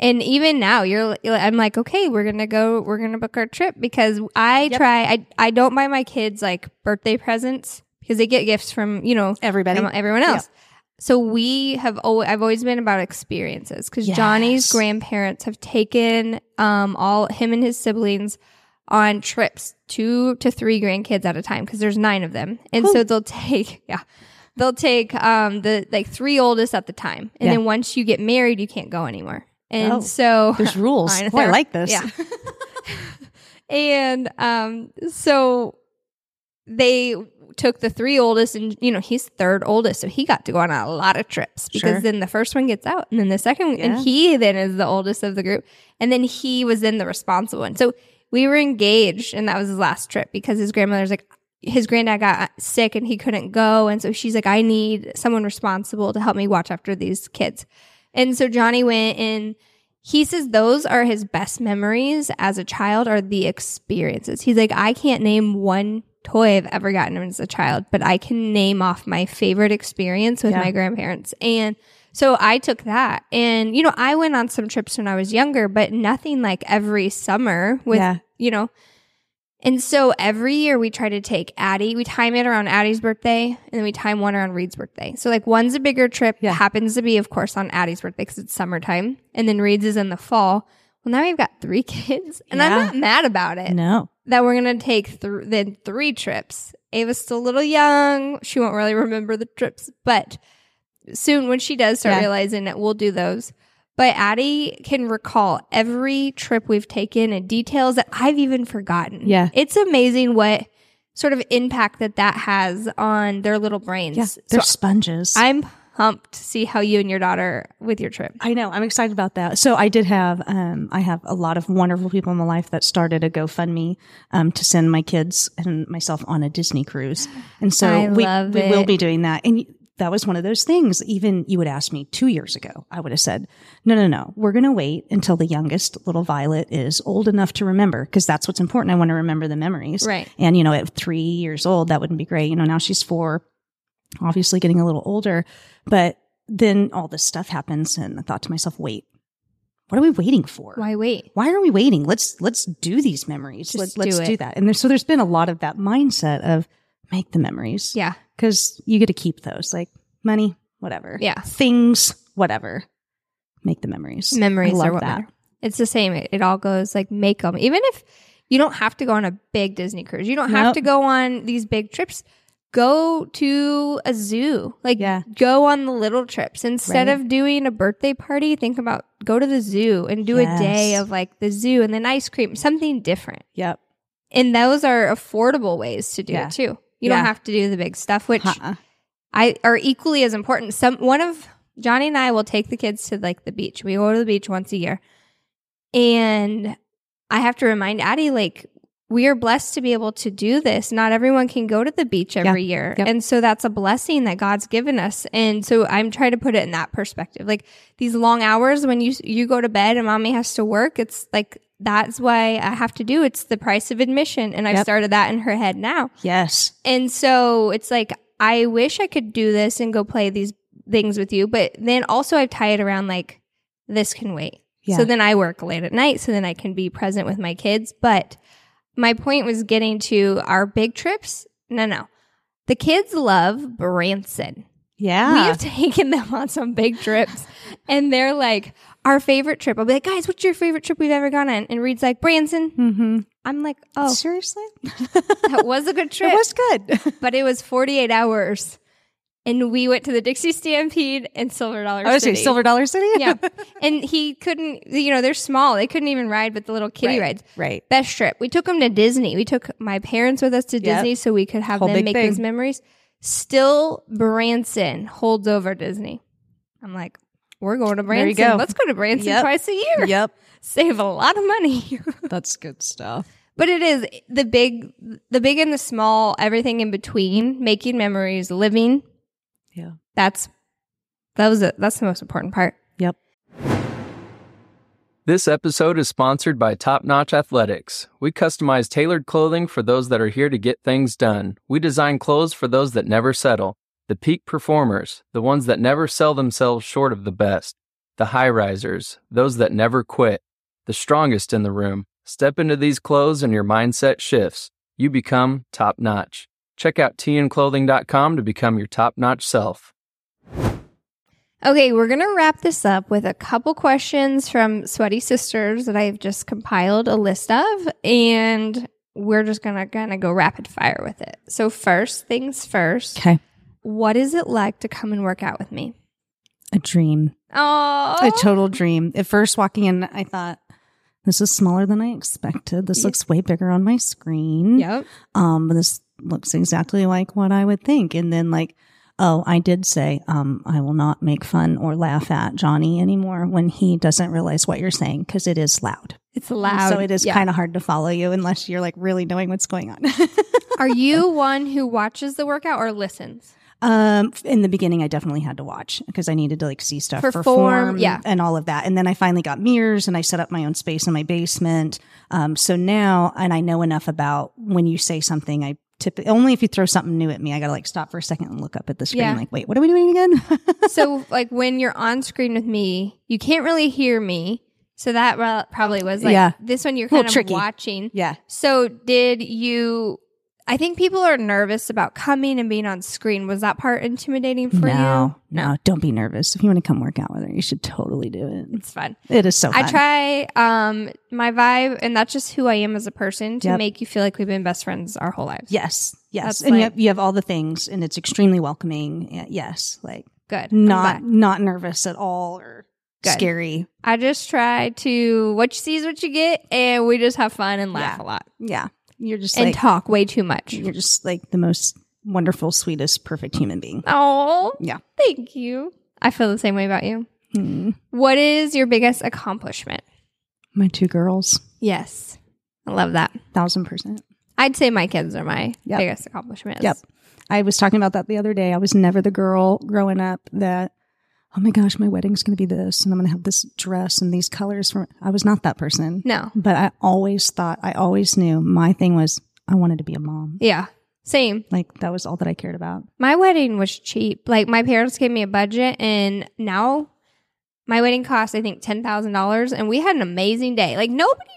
S1: And even now you're I'm like, okay, we're going to go we're going to book our trip because I
S2: Yep.
S1: try I I don't buy my kids like birthday presents because they get gifts from, you know,
S2: Everybody.
S1: Everyone- everyone
S2: Yeah.
S1: else. So we have always, I've always been about experiences because Johnny's
S2: Yes.
S1: grandparents have taken um, all him and his siblings on trips, two to three grandkids at a time because there's nine of them, and so they'll take yeah, they'll take um, the like three oldest at the time, and
S2: Yeah.
S1: then once you get married, you can't go anymore, and
S2: Oh.
S1: so
S2: There's rules.
S1: I know
S2: oh, I
S1: there-
S2: like this.
S1: yeah. and um, so they took the three oldest, and you know he's third oldest, so he got to go on a lot of trips because
S2: Sure.
S1: then the first one gets out, and then the second, one, and
S2: Yeah.
S1: he then is the oldest of the group, and then he was then the responsible one. So we were engaged, and that was his last trip because his grandmother's like. His granddad got sick and he couldn't go. And so she's like, I need someone responsible to help me watch after these kids. And so Johnny went and he says those are his best memories as a child are the experiences. He's like, I can't name one toy I've ever gotten as a child, but I can name off my favorite experience with
S2: Yeah.
S1: my grandparents. And so I took that. And, you know, I went on some trips when I was younger, but nothing like every summer with,
S2: Yeah.
S1: you know, and so every year we try to take Addie. We time it around Addie's birthday, and then we time one around Reed's birthday. So like one's a bigger trip,
S2: Yeah.
S1: happens to be, of course, on Addie's birthday because it's summertime, and then Reed's is in the fall. Well, now we've got three kids, and I'm
S2: Yeah.
S1: not mad about it
S2: No.
S1: that we're gonna take th- then three trips. Ava's still a little young; she won't really remember the trips, but soon when she does start
S2: Yeah.
S1: realizing it, we'll do those. But Addie can recall every trip we've taken and details that I've even forgotten.
S2: Yeah.
S1: it's amazing what sort of impact that that has on their little brains.
S2: Yeah.
S1: So
S2: They're sponges.
S1: I'm pumped to see how you and your daughter with your trip.
S2: I know. I'm excited about that. So I did have, um, I have a lot of wonderful people in my life that started a GoFundMe um, to send my kids and myself on a Disney cruise, and so
S1: I
S2: we
S1: love
S2: we will
S1: it.
S2: be doing that. And that was one of those things. Even you would ask me two years ago, I would have said, "No, no, no. We're going to wait until the youngest little Violet is old enough to remember, because that's what's important. I want to remember the memories,
S1: Right.
S2: And you know, at three years old, that wouldn't be great. You know, now she's four obviously getting a little older, but then all this stuff happens and I thought to myself, wait, what are we waiting for?
S1: Why wait?
S2: Why are we waiting? Let's let's do these memories.
S1: Just
S2: Let, let's
S1: do it.
S2: do that. And there, so there's been a lot of that mindset of make the memories.
S1: Yeah,
S2: Cuz you get to keep those like money, whatever.
S1: Yeah.
S2: Things, whatever. Make the memories. I
S1: memories
S2: love
S1: are what matter. It's the same. It, it all goes like make them. Even if you don't have to go on a big Disney cruise, you don't have
S2: Nope.
S1: to go on these big trips. Go to a zoo. Like
S2: Yeah.
S1: go on the little trips instead
S2: Right.
S1: of doing a birthday party. Think about go to the zoo and do a day
S2: Yes.
S1: of like the zoo and then ice cream, something different.
S2: Yep.
S1: And those are affordable ways to do
S2: Yeah.
S1: it too. You
S2: Yeah.
S1: don't have to do the big stuff, which
S2: Uh-uh.
S1: I are equally as important. Some one of Johnny and I will take the kids to like the beach. We go to the beach once a year, and I have to remind Addie like we are blessed to be able to do this. Not everyone can go to the beach every year,
S2: Yep.
S1: and so that's a blessing that God's given us. And so I'm trying to put it in that perspective. Like these long hours when you you go to bed and mommy has to work. It's like that's why I have to do. It's the price of admission, and I've
S2: Yep.
S1: started that in her head now.
S2: Yes.
S1: And so it's like, I wish I could do this and go play these things with you. But then also, I tie it around like, this can wait.
S2: Yeah.
S1: So then I work late at night. So then I can be present with my kids. But my point was getting to our big trips. No, no. The kids love Branson.
S2: Yeah.
S1: We have taken them on some big trips, and they're like, our favorite trip. I'll be like, guys, what's your favorite trip we've ever gone on? And Reed's like, Branson.
S2: mhm.
S1: I'm like, oh,
S2: Seriously?
S1: that was a good trip
S2: It was good.
S1: but it was 48 hours and we went to the Dixie Stampede and Silver Dollar
S2: Oh, I would
S1: City.
S2: say Silver Dollar City.
S1: yeah. And he couldn't, you know, they're small. They couldn't even ride with the little kitty rides.
S2: right.
S1: Best trip. We took them to Disney. We took my parents with us to
S2: Yep.
S1: Disney so we could have
S2: Whole
S1: them
S2: big
S1: make
S2: thing.
S1: these memories. Still, Branson holds over Disney. I'm like, we're going to
S2: There
S1: Branson.
S2: you go.
S1: Let's go to Branson
S2: Yep.
S1: twice a year.
S2: Yep.
S1: Save a lot of money.
S2: That's good stuff.
S1: But it is the big, the big and the small, everything in between, making memories, living.
S2: Yeah.
S1: That's that was it. That's the most important part.
S2: Yep.
S3: This episode is sponsored by Top Notch Athletics. We customize tailored clothing for those that are here to get things done. We design clothes for those that never settle, the peak performers, the ones that never sell themselves short of the best, the high risers, those that never quit, the strongest in the room. Step into these clothes and your mindset shifts. You become top notch. Check out tnclothing.com to become your top notch self.
S1: Okay, we're gonna wrap this up with a couple questions from Sweaty Sisters that I've just compiled a list of, and we're just gonna kind of go rapid fire with it. So first things first,
S2: Okay.
S1: what is it like to come and work out with me?
S2: A dream.
S1: Oh,
S2: A total dream. At first walking in, I thought, this is smaller than I expected. This
S1: Yeah.
S2: looks way bigger on my screen.
S1: yep.
S2: Um, this looks exactly like what I would think. And then like, oh, I did say, um, I will not make fun or laugh at Johnny anymore when he doesn't realize what you're saying because it is loud.
S1: It's loud.
S2: So it is
S1: Yeah.
S2: kind of hard to follow you unless you're like really knowing what's going on.
S1: Are you one who watches the workout or listens?
S2: Um, in the beginning, I definitely had to watch because I needed to like see stuff,
S1: Perform,
S2: perform,
S1: yeah.
S2: and all of that. And then I finally got mirrors, and I set up my own space in my basement. Um, so now, and I know enough about when you say something, I tip only if you throw something new at me, I gotta like stop for a second and look up at the screen,
S1: Yeah.
S2: like, wait, what are we doing again?
S1: so like when you're on screen with me, you can't really hear me. So that rel- probably was like
S2: Yeah.
S1: this one you're
S2: Little
S1: kind of
S2: tricky.
S1: watching.
S2: yeah,
S1: So did you I think people are nervous about coming and being on screen. Was that part intimidating for
S2: no,
S1: you?
S2: no, don't be nervous. If you want to come work out with her, you should totally do it.
S1: It's fun.
S2: It is so. Fun.
S1: I try um my vibe and that's just who I am as a person to
S2: Yep.
S1: make you feel like we've been best friends our whole lives.
S2: Yes, yes,
S1: That's
S2: and you,
S1: like-
S2: have, you have all the things, and it's extremely welcoming. Yeah, Yes, like.
S1: Good. I'm
S2: not
S1: glad.
S2: not nervous at all or
S1: Good.
S2: scary.
S1: I just try to what you see is what you get and we just have fun and laugh
S2: Yeah.
S1: a lot.
S2: Yeah, you're just
S1: and
S2: like
S1: talk way too much.
S2: you're just like the most wonderful, sweetest, perfect human being.
S1: Oh,
S2: Yeah.
S1: Thank you. I feel the same way about you.
S2: Mm.
S1: What is your biggest accomplishment?
S2: My two girls,
S1: Yes. I love that.
S2: thousand percent.
S1: I'd say my kids are my
S2: Yep.
S1: biggest accomplishments.
S2: Yep. I was talking about that the other day. I was never the girl growing up that. Oh my gosh, my wedding's going to be this, and I'm going to have this dress and these colors. From I was not that person,
S1: No.
S2: but I always thought, I always knew my thing was I wanted to be a mom.
S1: Yeah. Same.
S2: Like that was all that I cared about.
S1: My wedding was cheap. Like my parents gave me a budget and now my wedding cost I think $10,000 and we had an amazing day. Like nobody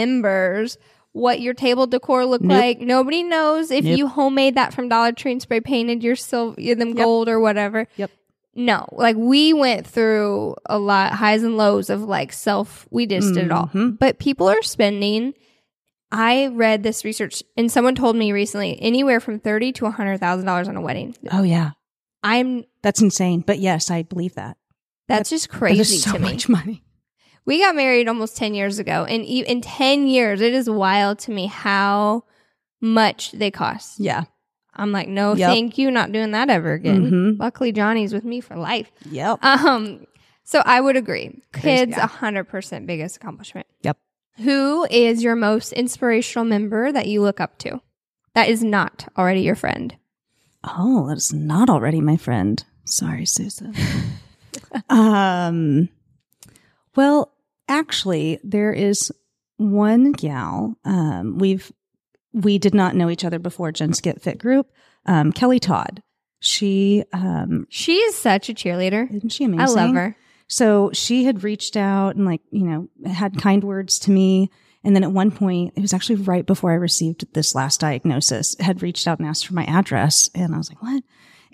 S1: remembers what your table decor looked
S2: Nope.
S1: like. Nobody knows if
S2: Nope.
S1: you homemade that from Dollar Tree and spray painted your silver them gold or whatever.
S2: Yep.
S1: No. Like we went through a lot highs and lows of like self we just did it all.
S2: Mhm.
S1: But people are spending I read this research and someone told me recently anywhere from thirty to hundred thousand dollars on a wedding.
S2: Oh yeah,
S1: I'm
S2: that's insane. But yes, I believe that.
S1: that's just
S2: That
S1: crazy
S2: is so
S1: to me.
S2: much money.
S1: We got married almost ten years ago, and e- in ten years, it is wild to me how much they cost.
S2: Yeah.
S1: I'm like, no,
S2: Yep.
S1: thank you, not doing that ever again.
S2: Mhm.
S1: Luckily, Johnny's with me for life.
S2: Yep.
S1: Um, so I would agree.
S2: Crazy,
S1: Kids,
S2: yeah.
S1: a hundred percent biggest accomplishment.
S2: Yep.
S1: Who is your most inspirational member that you look up to? That is not already your friend.
S2: Oh, that's not already my friend. Sorry, Susan. um, well, actually, there is one gal. Um, we've we did not know each other before Jen's Get Fit group. Um, Kelly Todd. She um,
S1: She is such a cheerleader.
S2: isn't she amazing?
S1: I love her.
S2: So she had reached out and like, you know, had kind words to me. And then at one point, it was actually right before I received this last diagnosis, had reached out and asked for my address. And I was like, what?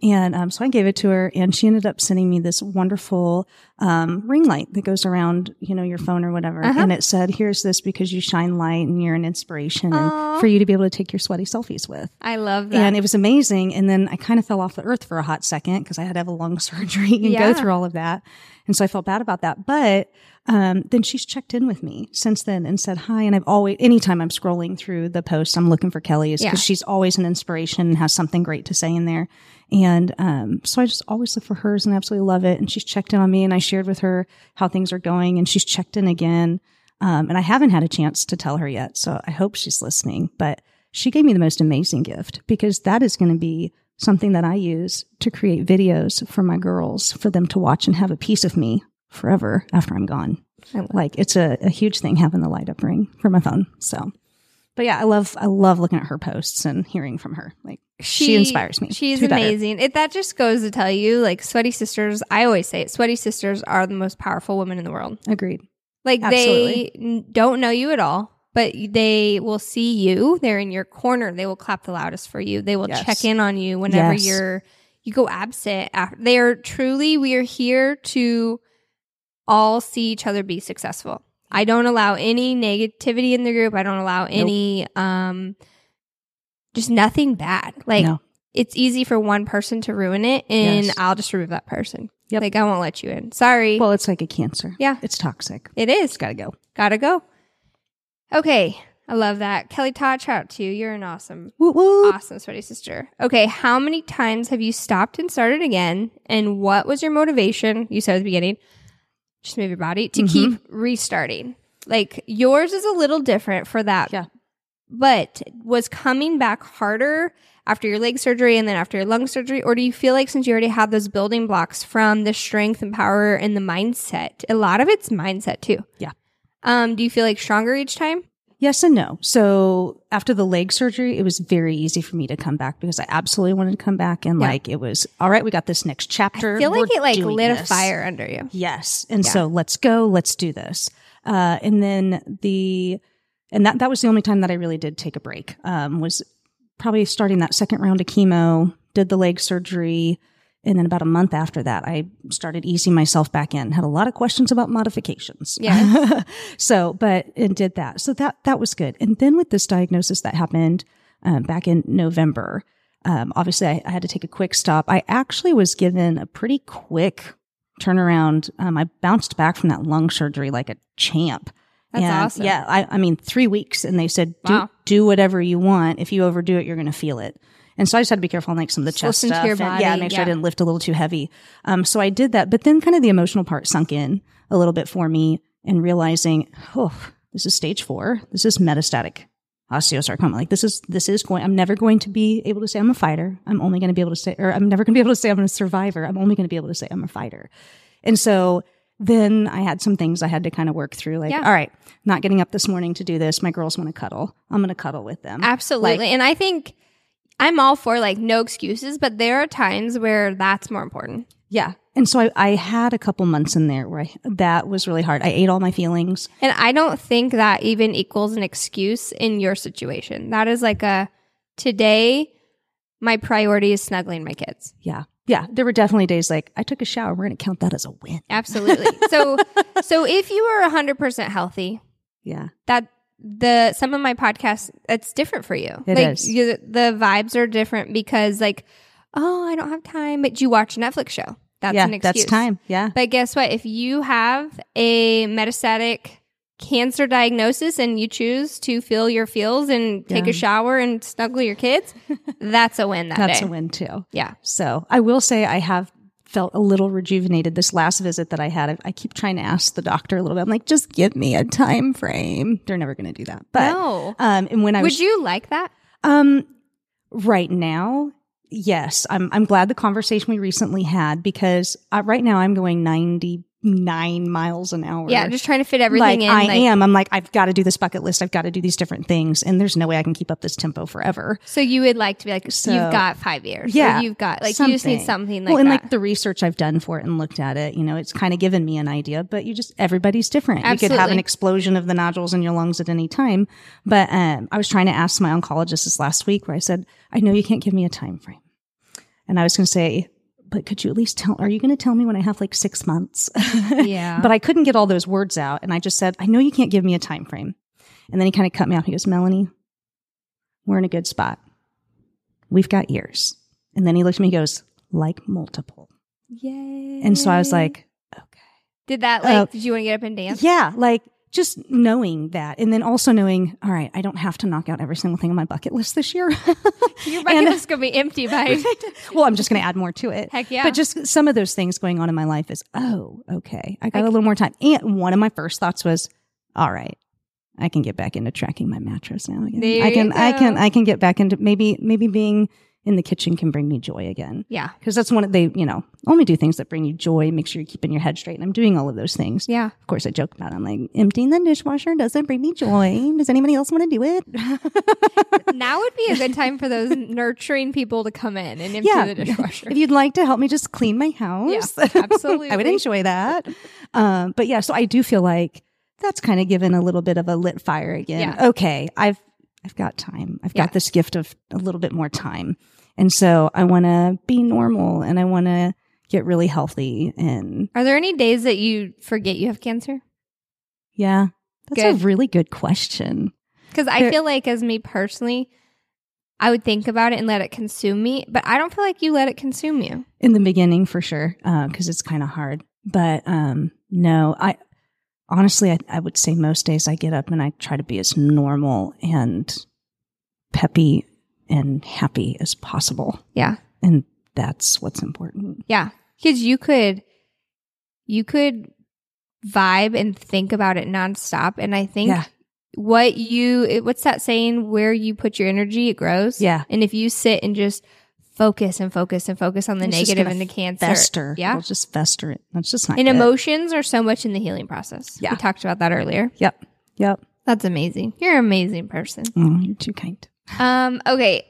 S2: And um, so I gave it to her, and she ended up sending me this wonderful um, ring light that goes around, you know, your phone or whatever.
S1: Uh-huh.
S2: And it said, "Here's this because you shine light and you're an inspiration,
S1: Aw.
S2: and for you to be able to take your sweaty selfies with."
S1: I love that.
S2: And it was amazing. And then I kind of fell off the earth for a hot second because I had to have a lung surgery and
S1: Yeah.
S2: go through all of that. And so I felt bad about that. But um, then she's checked in with me since then and said hi. And I've always, anytime I'm scrolling through the posts, I'm looking for Kelly's
S1: Yeah.
S2: because she's always an inspiration and has something great to say in there. And um, so I just always look for hers and absolutely love it. And she's checked in on me and I shared with her how things are going and she's checked in again. Um, and I haven't had a chance to tell her yet. So I hope she's listening. But she gave me the most amazing gift because that is going to be something that I use to create videos for my girls for them to watch and have a piece of me forever after I'm gone.
S1: I love-
S2: Like it's a, a huge thing having the light up ring for my phone. So, but yeah, I love, I love looking at her posts and hearing from her. Like she, inspires me.
S1: She's
S2: to be better.
S1: amazing. It, that just goes to tell you, like, sweaty sisters, I always say it, sweaty sisters are the most powerful women in the world.
S2: Agreed.
S1: Like, they
S2: Absolutely.
S1: n- don't know you at all, but they will see you. They're in your corner. They will clap the loudest for you. They will
S2: Yes.
S1: check in on you whenever
S2: Yes.
S1: you're, you go absent. After. They are truly, we are here to all see each other be successful. I don't allow any negativity in the group. I don't allow any, um, just nothing bad. Like,
S2: No.
S1: it's easy for one person to ruin it and
S2: Yes.
S1: I'll just remove that person.
S2: Yep.
S1: Like I won't let you in. Sorry.
S2: Well, it's like a cancer.
S1: Yeah.
S2: It's toxic.
S1: it is.
S2: It's got to go.
S1: Gotta go. Okay. I love that. Kelly Todd, shout out to you. You're an awesome,
S2: Woo woo.
S1: awesome sweaty sister. Okay. How many times have you stopped and started again? And what was your motivation? You said at the beginning, just move your body to
S2: Mm-hmm.
S1: keep restarting. Like yours is a little different for that.
S2: Yeah.
S1: But was coming back harder after your leg surgery and then after your lung surgery? Or do you feel like since you already had those building blocks from the strength and power and the mindset, a lot of it's mindset too?
S2: Yeah.
S1: Um, do you feel like stronger each time?
S2: Yes and no. So after the leg surgery, it was very easy for me to come back because I absolutely wanted to come back and
S1: Yeah.
S2: like it was all right. We got this next chapter.
S1: I feel like
S2: We're
S1: it like
S2: doing
S1: lit a
S2: this.
S1: fire under you.
S2: Yes, and
S1: Yeah.
S2: so let's go. Let's do this. Uh, and then the and that that was the only time that I really did take a break. Um, was probably starting that second round of chemo. Did the leg surgery. And then about a month after that, I started easing myself back in. Had a lot of questions about modifications.
S1: Yes.
S2: so, but and did that. So that that was good. And then with this diagnosis that happened um, back in November, um, obviously I, I had to take a quick stop. I actually was given a pretty quick turnaround. Um, I bounced back from that lung surgery like a champ.
S1: That's
S2: And,
S1: awesome.
S2: Yeah, I, I mean, three weeks, and they said, do,
S1: Wow.
S2: do whatever you want. If you overdo it, you're going to feel it. And so I just had to be careful, like some of the chest
S1: listen to
S2: stuff.
S1: your
S2: and- yeah,
S1: body,
S2: make sure I
S1: yeah.
S2: didn't lift a little too heavy. Um, so I did that, but then kind of the emotional part sunk in a little bit for me, and realizing, oh, this is stage four. This is metastatic osteosarcoma. Like this is this is going. I'm never going to be able to say I'm a fighter. I'm only going to be able to say, or I'm never going to be able to say I'm a survivor. I'm only going to be able to say I'm a fighter. And so then I had some things I had to kind of work through. Like,
S1: Yeah.
S2: all right, not getting up this morning to do this. My girls want to cuddle. I'm going to cuddle with them.
S1: Absolutely. and I think I'm all for like no excuses, but there are times where that's more important.
S2: Yeah. And so I, I had a couple months in there where I, that was really hard. I ate all my feelings.
S1: And I don't think that even equals an excuse in your situation. That is like a today, my priority is snuggling my kids.
S2: Yeah. Yeah. There were definitely days like I took a shower. We're going to count that as a win.
S1: Absolutely. so, so if you are 100% healthy,
S2: Yeah.
S1: that the some of my podcasts that's different for you.
S2: It
S1: like
S2: is.
S1: You, the vibes are different because like, oh, I don't have time, but you watch a Netflix show. That's
S2: yeah.
S1: an excuse.
S2: That's time. Yeah.
S1: But guess what? If you have a metastatic cancer diagnosis and you choose to feel your feels and take
S2: Yeah.
S1: a shower and snuggle your kids, that's a win that
S2: That's
S1: day.
S2: a win too.
S1: Yeah.
S2: So I will say I have felt a little rejuvenated this last visit that I had. I, I keep trying to ask the doctor a little bit. I'm like, just give me a time frame. They're never going to do that. But
S1: no.
S2: um, and when I was
S1: Would you like that?
S2: Um, right now, yes. I'm I'm glad the conversation we recently had because uh right now I'm going 99 miles an hour.
S1: Yeah, just trying to fit everything
S2: like
S1: in.
S2: I
S1: like-
S2: am. I'm like I've got to do this bucket list. I've got to do these different things, and there's no way I can keep up this tempo forever.
S1: So you would like to be like,
S2: So-
S1: you've got five years. or
S2: Yeah,
S1: you've got like you just need something like
S2: well, and
S1: that.
S2: like the research I've done for it and looked at it, you know, it's kind of given me an idea. But you just everybody's different. You could have
S1: Absolutely.
S2: an explosion of the nodules in your lungs at any time. But um, I was trying to ask my oncologist this last week, where I said, I know you can't give me a time frame. And And I was going to say, but could you at least tell, are you going to tell me when I have like six months?
S1: Yeah.
S2: but I couldn't get all those words out. And I just said, I know you can't give me a time frame. And then he kind of cut me off. He goes, Melanie, we're in a good spot. We've got years. And then he looked at me, he goes, like multiple.
S1: Yay.
S2: And so I was like, okay.
S1: did that like,
S2: oh.
S1: did you want to get up and dance?
S2: Yeah, like just knowing that, and then also knowing, all right, I don't have to knock out every single thing on my bucket list this year.
S1: Your
S2: And-
S1: bucket list going to be empty by,
S2: well, I'm just going to add more to it.
S1: heck yeah.
S2: But just some of those things going on in my life is, oh, okay, I got
S1: Like-
S2: a little more time. And one of my first thoughts was, all right, I can get back into tracking my mattress now again.
S1: There
S2: I
S1: you
S2: can, I can,
S1: go.
S2: I can get back into maybe, maybe being in the kitchen can bring me joy again
S1: yeah.
S2: because that's one of they, you know, only do things that bring you joy. Make sure you're keeping your head straight, and I'm doing all of those things.
S1: Yeah.
S2: Of course, I joke about. It. I'm like, emptying the dishwasher doesn't bring me joy. Does anybody else want to do it?
S1: Now would be a good time for those nurturing people to come in and empty
S2: Yeah.
S1: the dishwasher.
S2: if you'd like to help me just clean my house,
S1: absolutely.
S2: I would enjoy that. Um, but yeah, so I do feel like that's kind of given a little bit of a lit fire again.
S1: Yeah.
S2: Okay, I've I've got time. I've
S1: Yeah.
S2: got this gift of a little bit more time, and so I want to be normal and I want to get really healthy and
S1: Are there any days that you forget you have cancer?
S2: Yeah. That's
S1: Good.
S2: a really good question.
S1: Because I
S2: There-
S1: feel like, as me personally, I would think about it and let it consume me, but I don't feel like you let it consume you.
S2: In the beginning, for sure, because it's kind of hard. But um, no, I honestly, I, I would say most days I get up and I try to be as normal and peppy and happy as possible.
S1: Yeah.
S2: And that's what's important.
S1: Yeah. Because you could, you could vibe and think about it nonstop. And I think
S2: Yeah.
S1: what you, it, what's that saying? Where you put your energy, it grows.
S2: Yeah.
S1: And if you sit and just focus and focus and focus on the
S2: It's just
S1: negative
S2: gonna
S1: and the cancer,
S2: Fester.
S1: Yeah.
S2: We'll just fester it. That's just not
S1: and
S2: good.
S1: emotions are so much in the healing process.
S2: Yeah.
S1: We talked about that earlier.
S2: Yep. Yep.
S1: That's amazing. You're an amazing person.
S2: Oh, you're too kind.
S1: Um, okay.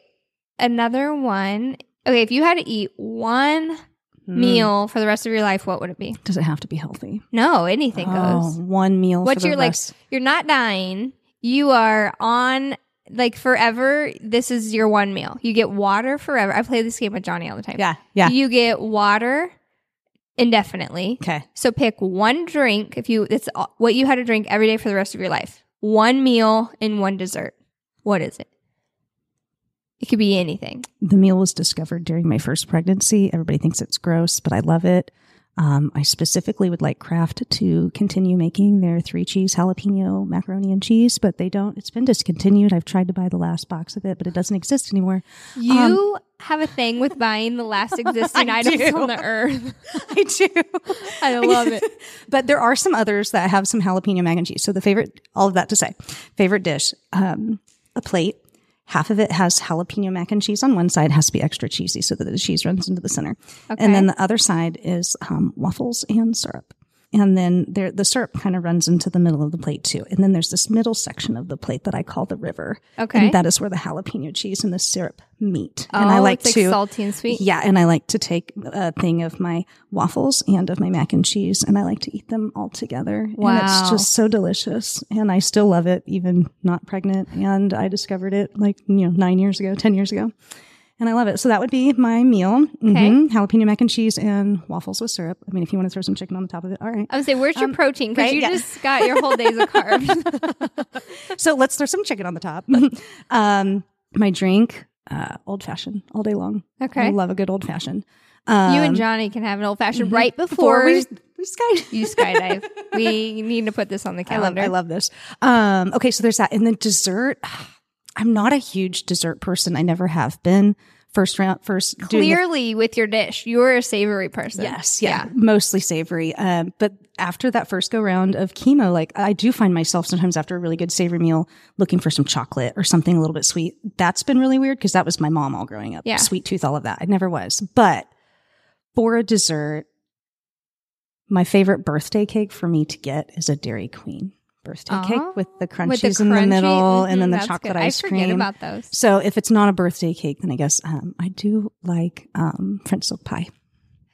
S1: Another one. Okay, if you had to eat one meal for the rest of your life, what would it be?
S2: Mm. Does it have to be healthy?
S1: No, anything
S2: Oh,
S1: goes.
S2: one meal.
S1: What's
S2: for the
S1: your, like,
S2: rest.
S1: You're not dying. You are on like forever. This is your one meal. You get water forever. I play this game with Johnny all the time.
S2: Yeah. Yeah.
S1: You get water indefinitely.
S2: Okay.
S1: So pick one drink if you it's all- what you had to drink every day for the rest of your life. One meal and one dessert. What is it? It could be anything.
S2: The meal was discovered during my first pregnancy. Everybody thinks it's gross, but I love it. Um, I specifically would like Kraft to continue making their three cheese jalapeno macaroni and cheese, but they don't. It's been discontinued. I've tried to buy the last box of it, but it doesn't exist anymore.
S1: You Um, have a thing with buying the last existing
S2: I
S1: items
S2: do.
S1: on the earth.
S2: I do.
S1: I love it.
S2: but there are some others that have some jalapeno mac and cheese. So the favorite, all of that to say, favorite dish, um, a plate. Half of it has jalapeno mac and cheese on one side, has to be extra cheesy so that the cheese runs into the center.
S1: Okay.
S2: And then the other side is um, waffles and syrup. And then there, the syrup kind of runs into the middle of the plate too. And then there's this middle section of the plate that I call the river.
S1: Okay.
S2: And that is where the jalapeno cheese and the syrup meet.
S1: Oh,
S2: and I like
S1: it's
S2: to
S1: salty and sweet.
S2: yeah, and I like to take a thing of my waffles and of my mac and cheese, and I like to eat them all together. And
S1: Wow.
S2: it's just so delicious. And I still love it, even not pregnant. And I discovered it like, you know, nine years ago, 10 years ago. And I love it. So that would be my meal Mhm. jalapeno mac and cheese and waffles with syrup. I mean, if you want to throw some chicken on the top of it, all right.
S1: I would say, where's your protein? Because
S2: Um, right,
S1: you
S2: yeah.
S1: just got your whole days of carbs.
S2: So let's throw some chicken on the top. um, my drink, uh, old fashioned all day long.
S1: Okay.
S2: I love a good old fashioned. Um, mm-hmm.
S1: you and Johnny can have an old fashioned right before,
S2: before we, we sky.
S1: you skydive. we need to put this on the
S2: I love,
S1: calendar.
S2: I love this. Um, okay, so there's that. And then dessert. I'm not a huge dessert person. I never have been. First round, first doing the-
S1: Clearly, with your dish, you're a savory person.
S2: yes, yeah, mostly savory. Um, but after that first go round of chemo, like I do find myself sometimes after a really good savory meal looking for some chocolate or something a little bit sweet. That's been really weird because that was my mom all growing up.
S1: Yeah.
S2: sweet tooth, all of that. I never was, but for a dessert, my favorite birthday cake for me to get is a Dairy Queen birthday
S1: Oh,
S2: cake with the mm-hmm, crunchies
S1: With the
S2: in the
S1: crunchy-
S2: middle and then
S1: mhm,
S2: the
S1: that's
S2: chocolate
S1: good.
S2: ice
S1: I
S2: cream.
S1: forget about those.
S2: so if it's not a birthday cake, then I guess um, I do like um, French silk pie.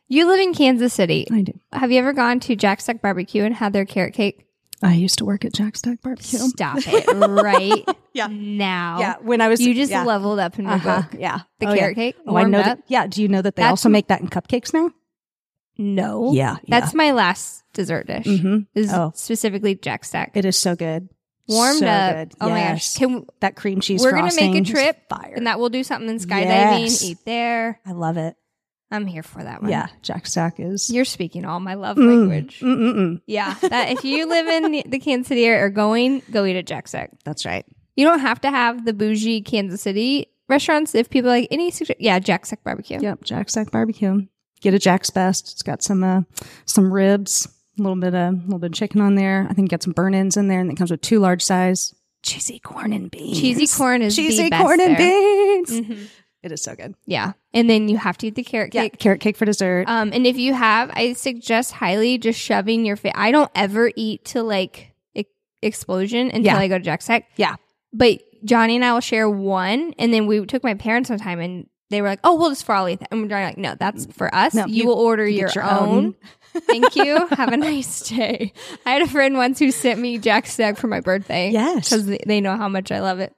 S1: You live in Kansas City.
S2: I do.
S1: Have you ever gone to Jack Stack Barbecue and had their carrot cake?
S2: I used to work at Jack's Stack Barbecue.
S1: Stop it right
S2: Yeah.
S1: now.
S2: Yeah, when I was
S1: You just
S2: yeah.
S1: leveled up in your
S2: Uh-huh.
S1: book.
S2: Yeah,
S1: The
S2: Oh, yeah.
S1: carrot cake.
S2: Oh, I
S1: warmed
S2: know
S1: up.
S2: that. Yeah, do you know that they
S1: That's-
S2: also make that in cupcakes now?
S1: No.
S2: Yeah,
S1: That's my last dessert dish.
S2: hmm
S1: Is
S2: Oh.
S1: specifically Jack Stack.
S2: It is so good.
S1: warmed
S2: So
S1: up.
S2: good.
S1: Oh my gosh.
S2: Yes.
S1: Can
S2: that cream cheese.
S1: We're gonna make a
S2: frosting is
S1: trip
S2: Fire.
S1: and that we'll do something in skydiving,
S2: Yes.
S1: eat there.
S2: I love it.
S1: I'm here for that one.
S2: Yeah, Jack Stack is
S1: You're speaking all my love
S2: Mm.
S1: language.
S2: Mm, mm, mm.
S1: Yeah. That if you live in the Kansas City area or going, go eat at Jack Stack.
S2: That's right.
S1: You don't have to have the bougie Kansas City restaurants. If people are like any suggestion, yeah, Jack Stack barbecue.
S2: Yep, Jack Stack barbecue. Get a Jack's Best. It's got some uh, some ribs, a little bit of a little bit of chicken on there. I think got some burn ins in there, and it comes with two large size cheesy corn and beans.
S1: Cheesy corn is the
S2: cheesy
S1: best
S2: corn and
S1: there.
S2: beans.
S1: Mhm.
S2: It is so good.
S1: Yeah. And then you have to eat the carrot
S2: Yeah,
S1: cake.
S2: carrot cake for dessert.
S1: Um, and if you have, I suggest highly just shoving your face. I don't ever eat to like e- explosion until
S2: Yeah.
S1: I go to Jack Stack.
S2: Yeah.
S1: But Johnny and I will share one, and then we took my parents one time, and they were like, "Oh, we'll just for all eat that." And Johnny like, "No, that's for us.
S2: Mm. No,
S1: you,
S2: you-
S1: will order
S2: you
S1: your,
S2: get your
S1: own."
S2: own."
S1: Thank you. Have a nice day. I had a friend once who sent me Jack Stack for my birthday.
S2: Yes.
S1: because they, they know how much I love it.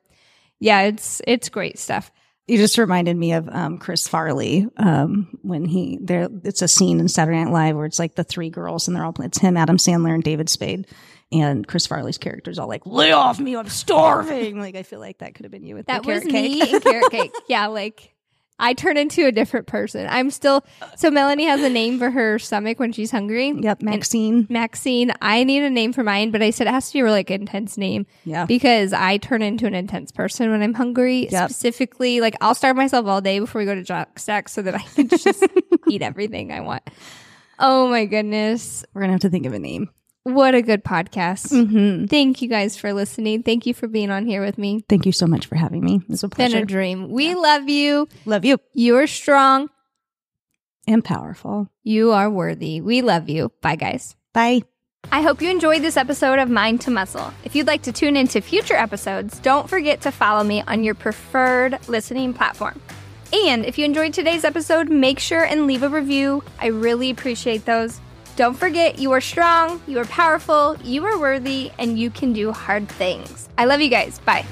S1: Yeah, it's it's great stuff.
S2: You just reminded me of um, Chris Farley um, when he there. It's a scene in Saturday Night Live where it's like the three girls and they're all it's him, Adam Sandler, and David Spade, and Chris Farley's character's all like, "Lay off me, I'm starving." Like I feel like that could have been you with
S1: That
S2: the carrot
S1: was
S2: cake.
S1: me and carrot cake. Yeah, like I turn into a different person. I'm still so Melanie has a name for her stomach when she's hungry.
S2: Yep, Maxine.
S1: Maxine, I need a name for mine, but I said it has to be a really like, intense name
S2: Yeah,
S1: because I turn into an intense person when I'm hungry.
S2: Yep.
S1: Specifically, like I'll starve myself all day before we go to Jock Stack so that I can just eat everything I want. Oh my goodness.
S2: we're gonna have to think of a name.
S1: What a good podcast.
S2: Mm-hmm.
S1: Thank you guys for listening. Thank you for being on here with me.
S2: Thank you so much for having me. It's a
S1: Been a
S2: pleasure.
S1: dream. We love you.
S2: Love you
S1: You're strong.
S2: and powerful.
S1: You are worthy. We love you. Bye, guys.
S2: Bye.
S1: I hope you enjoyed this episode of Mind to Muscle. If you'd like to tune into future episodes, don't forget to follow me on your preferred listening platform. And if you enjoyed today's episode, make sure and leave a review. I really appreciate those. Don't forget, you are strong, you are powerful, you are worthy, and you can do hard things. I love you guys. Bye.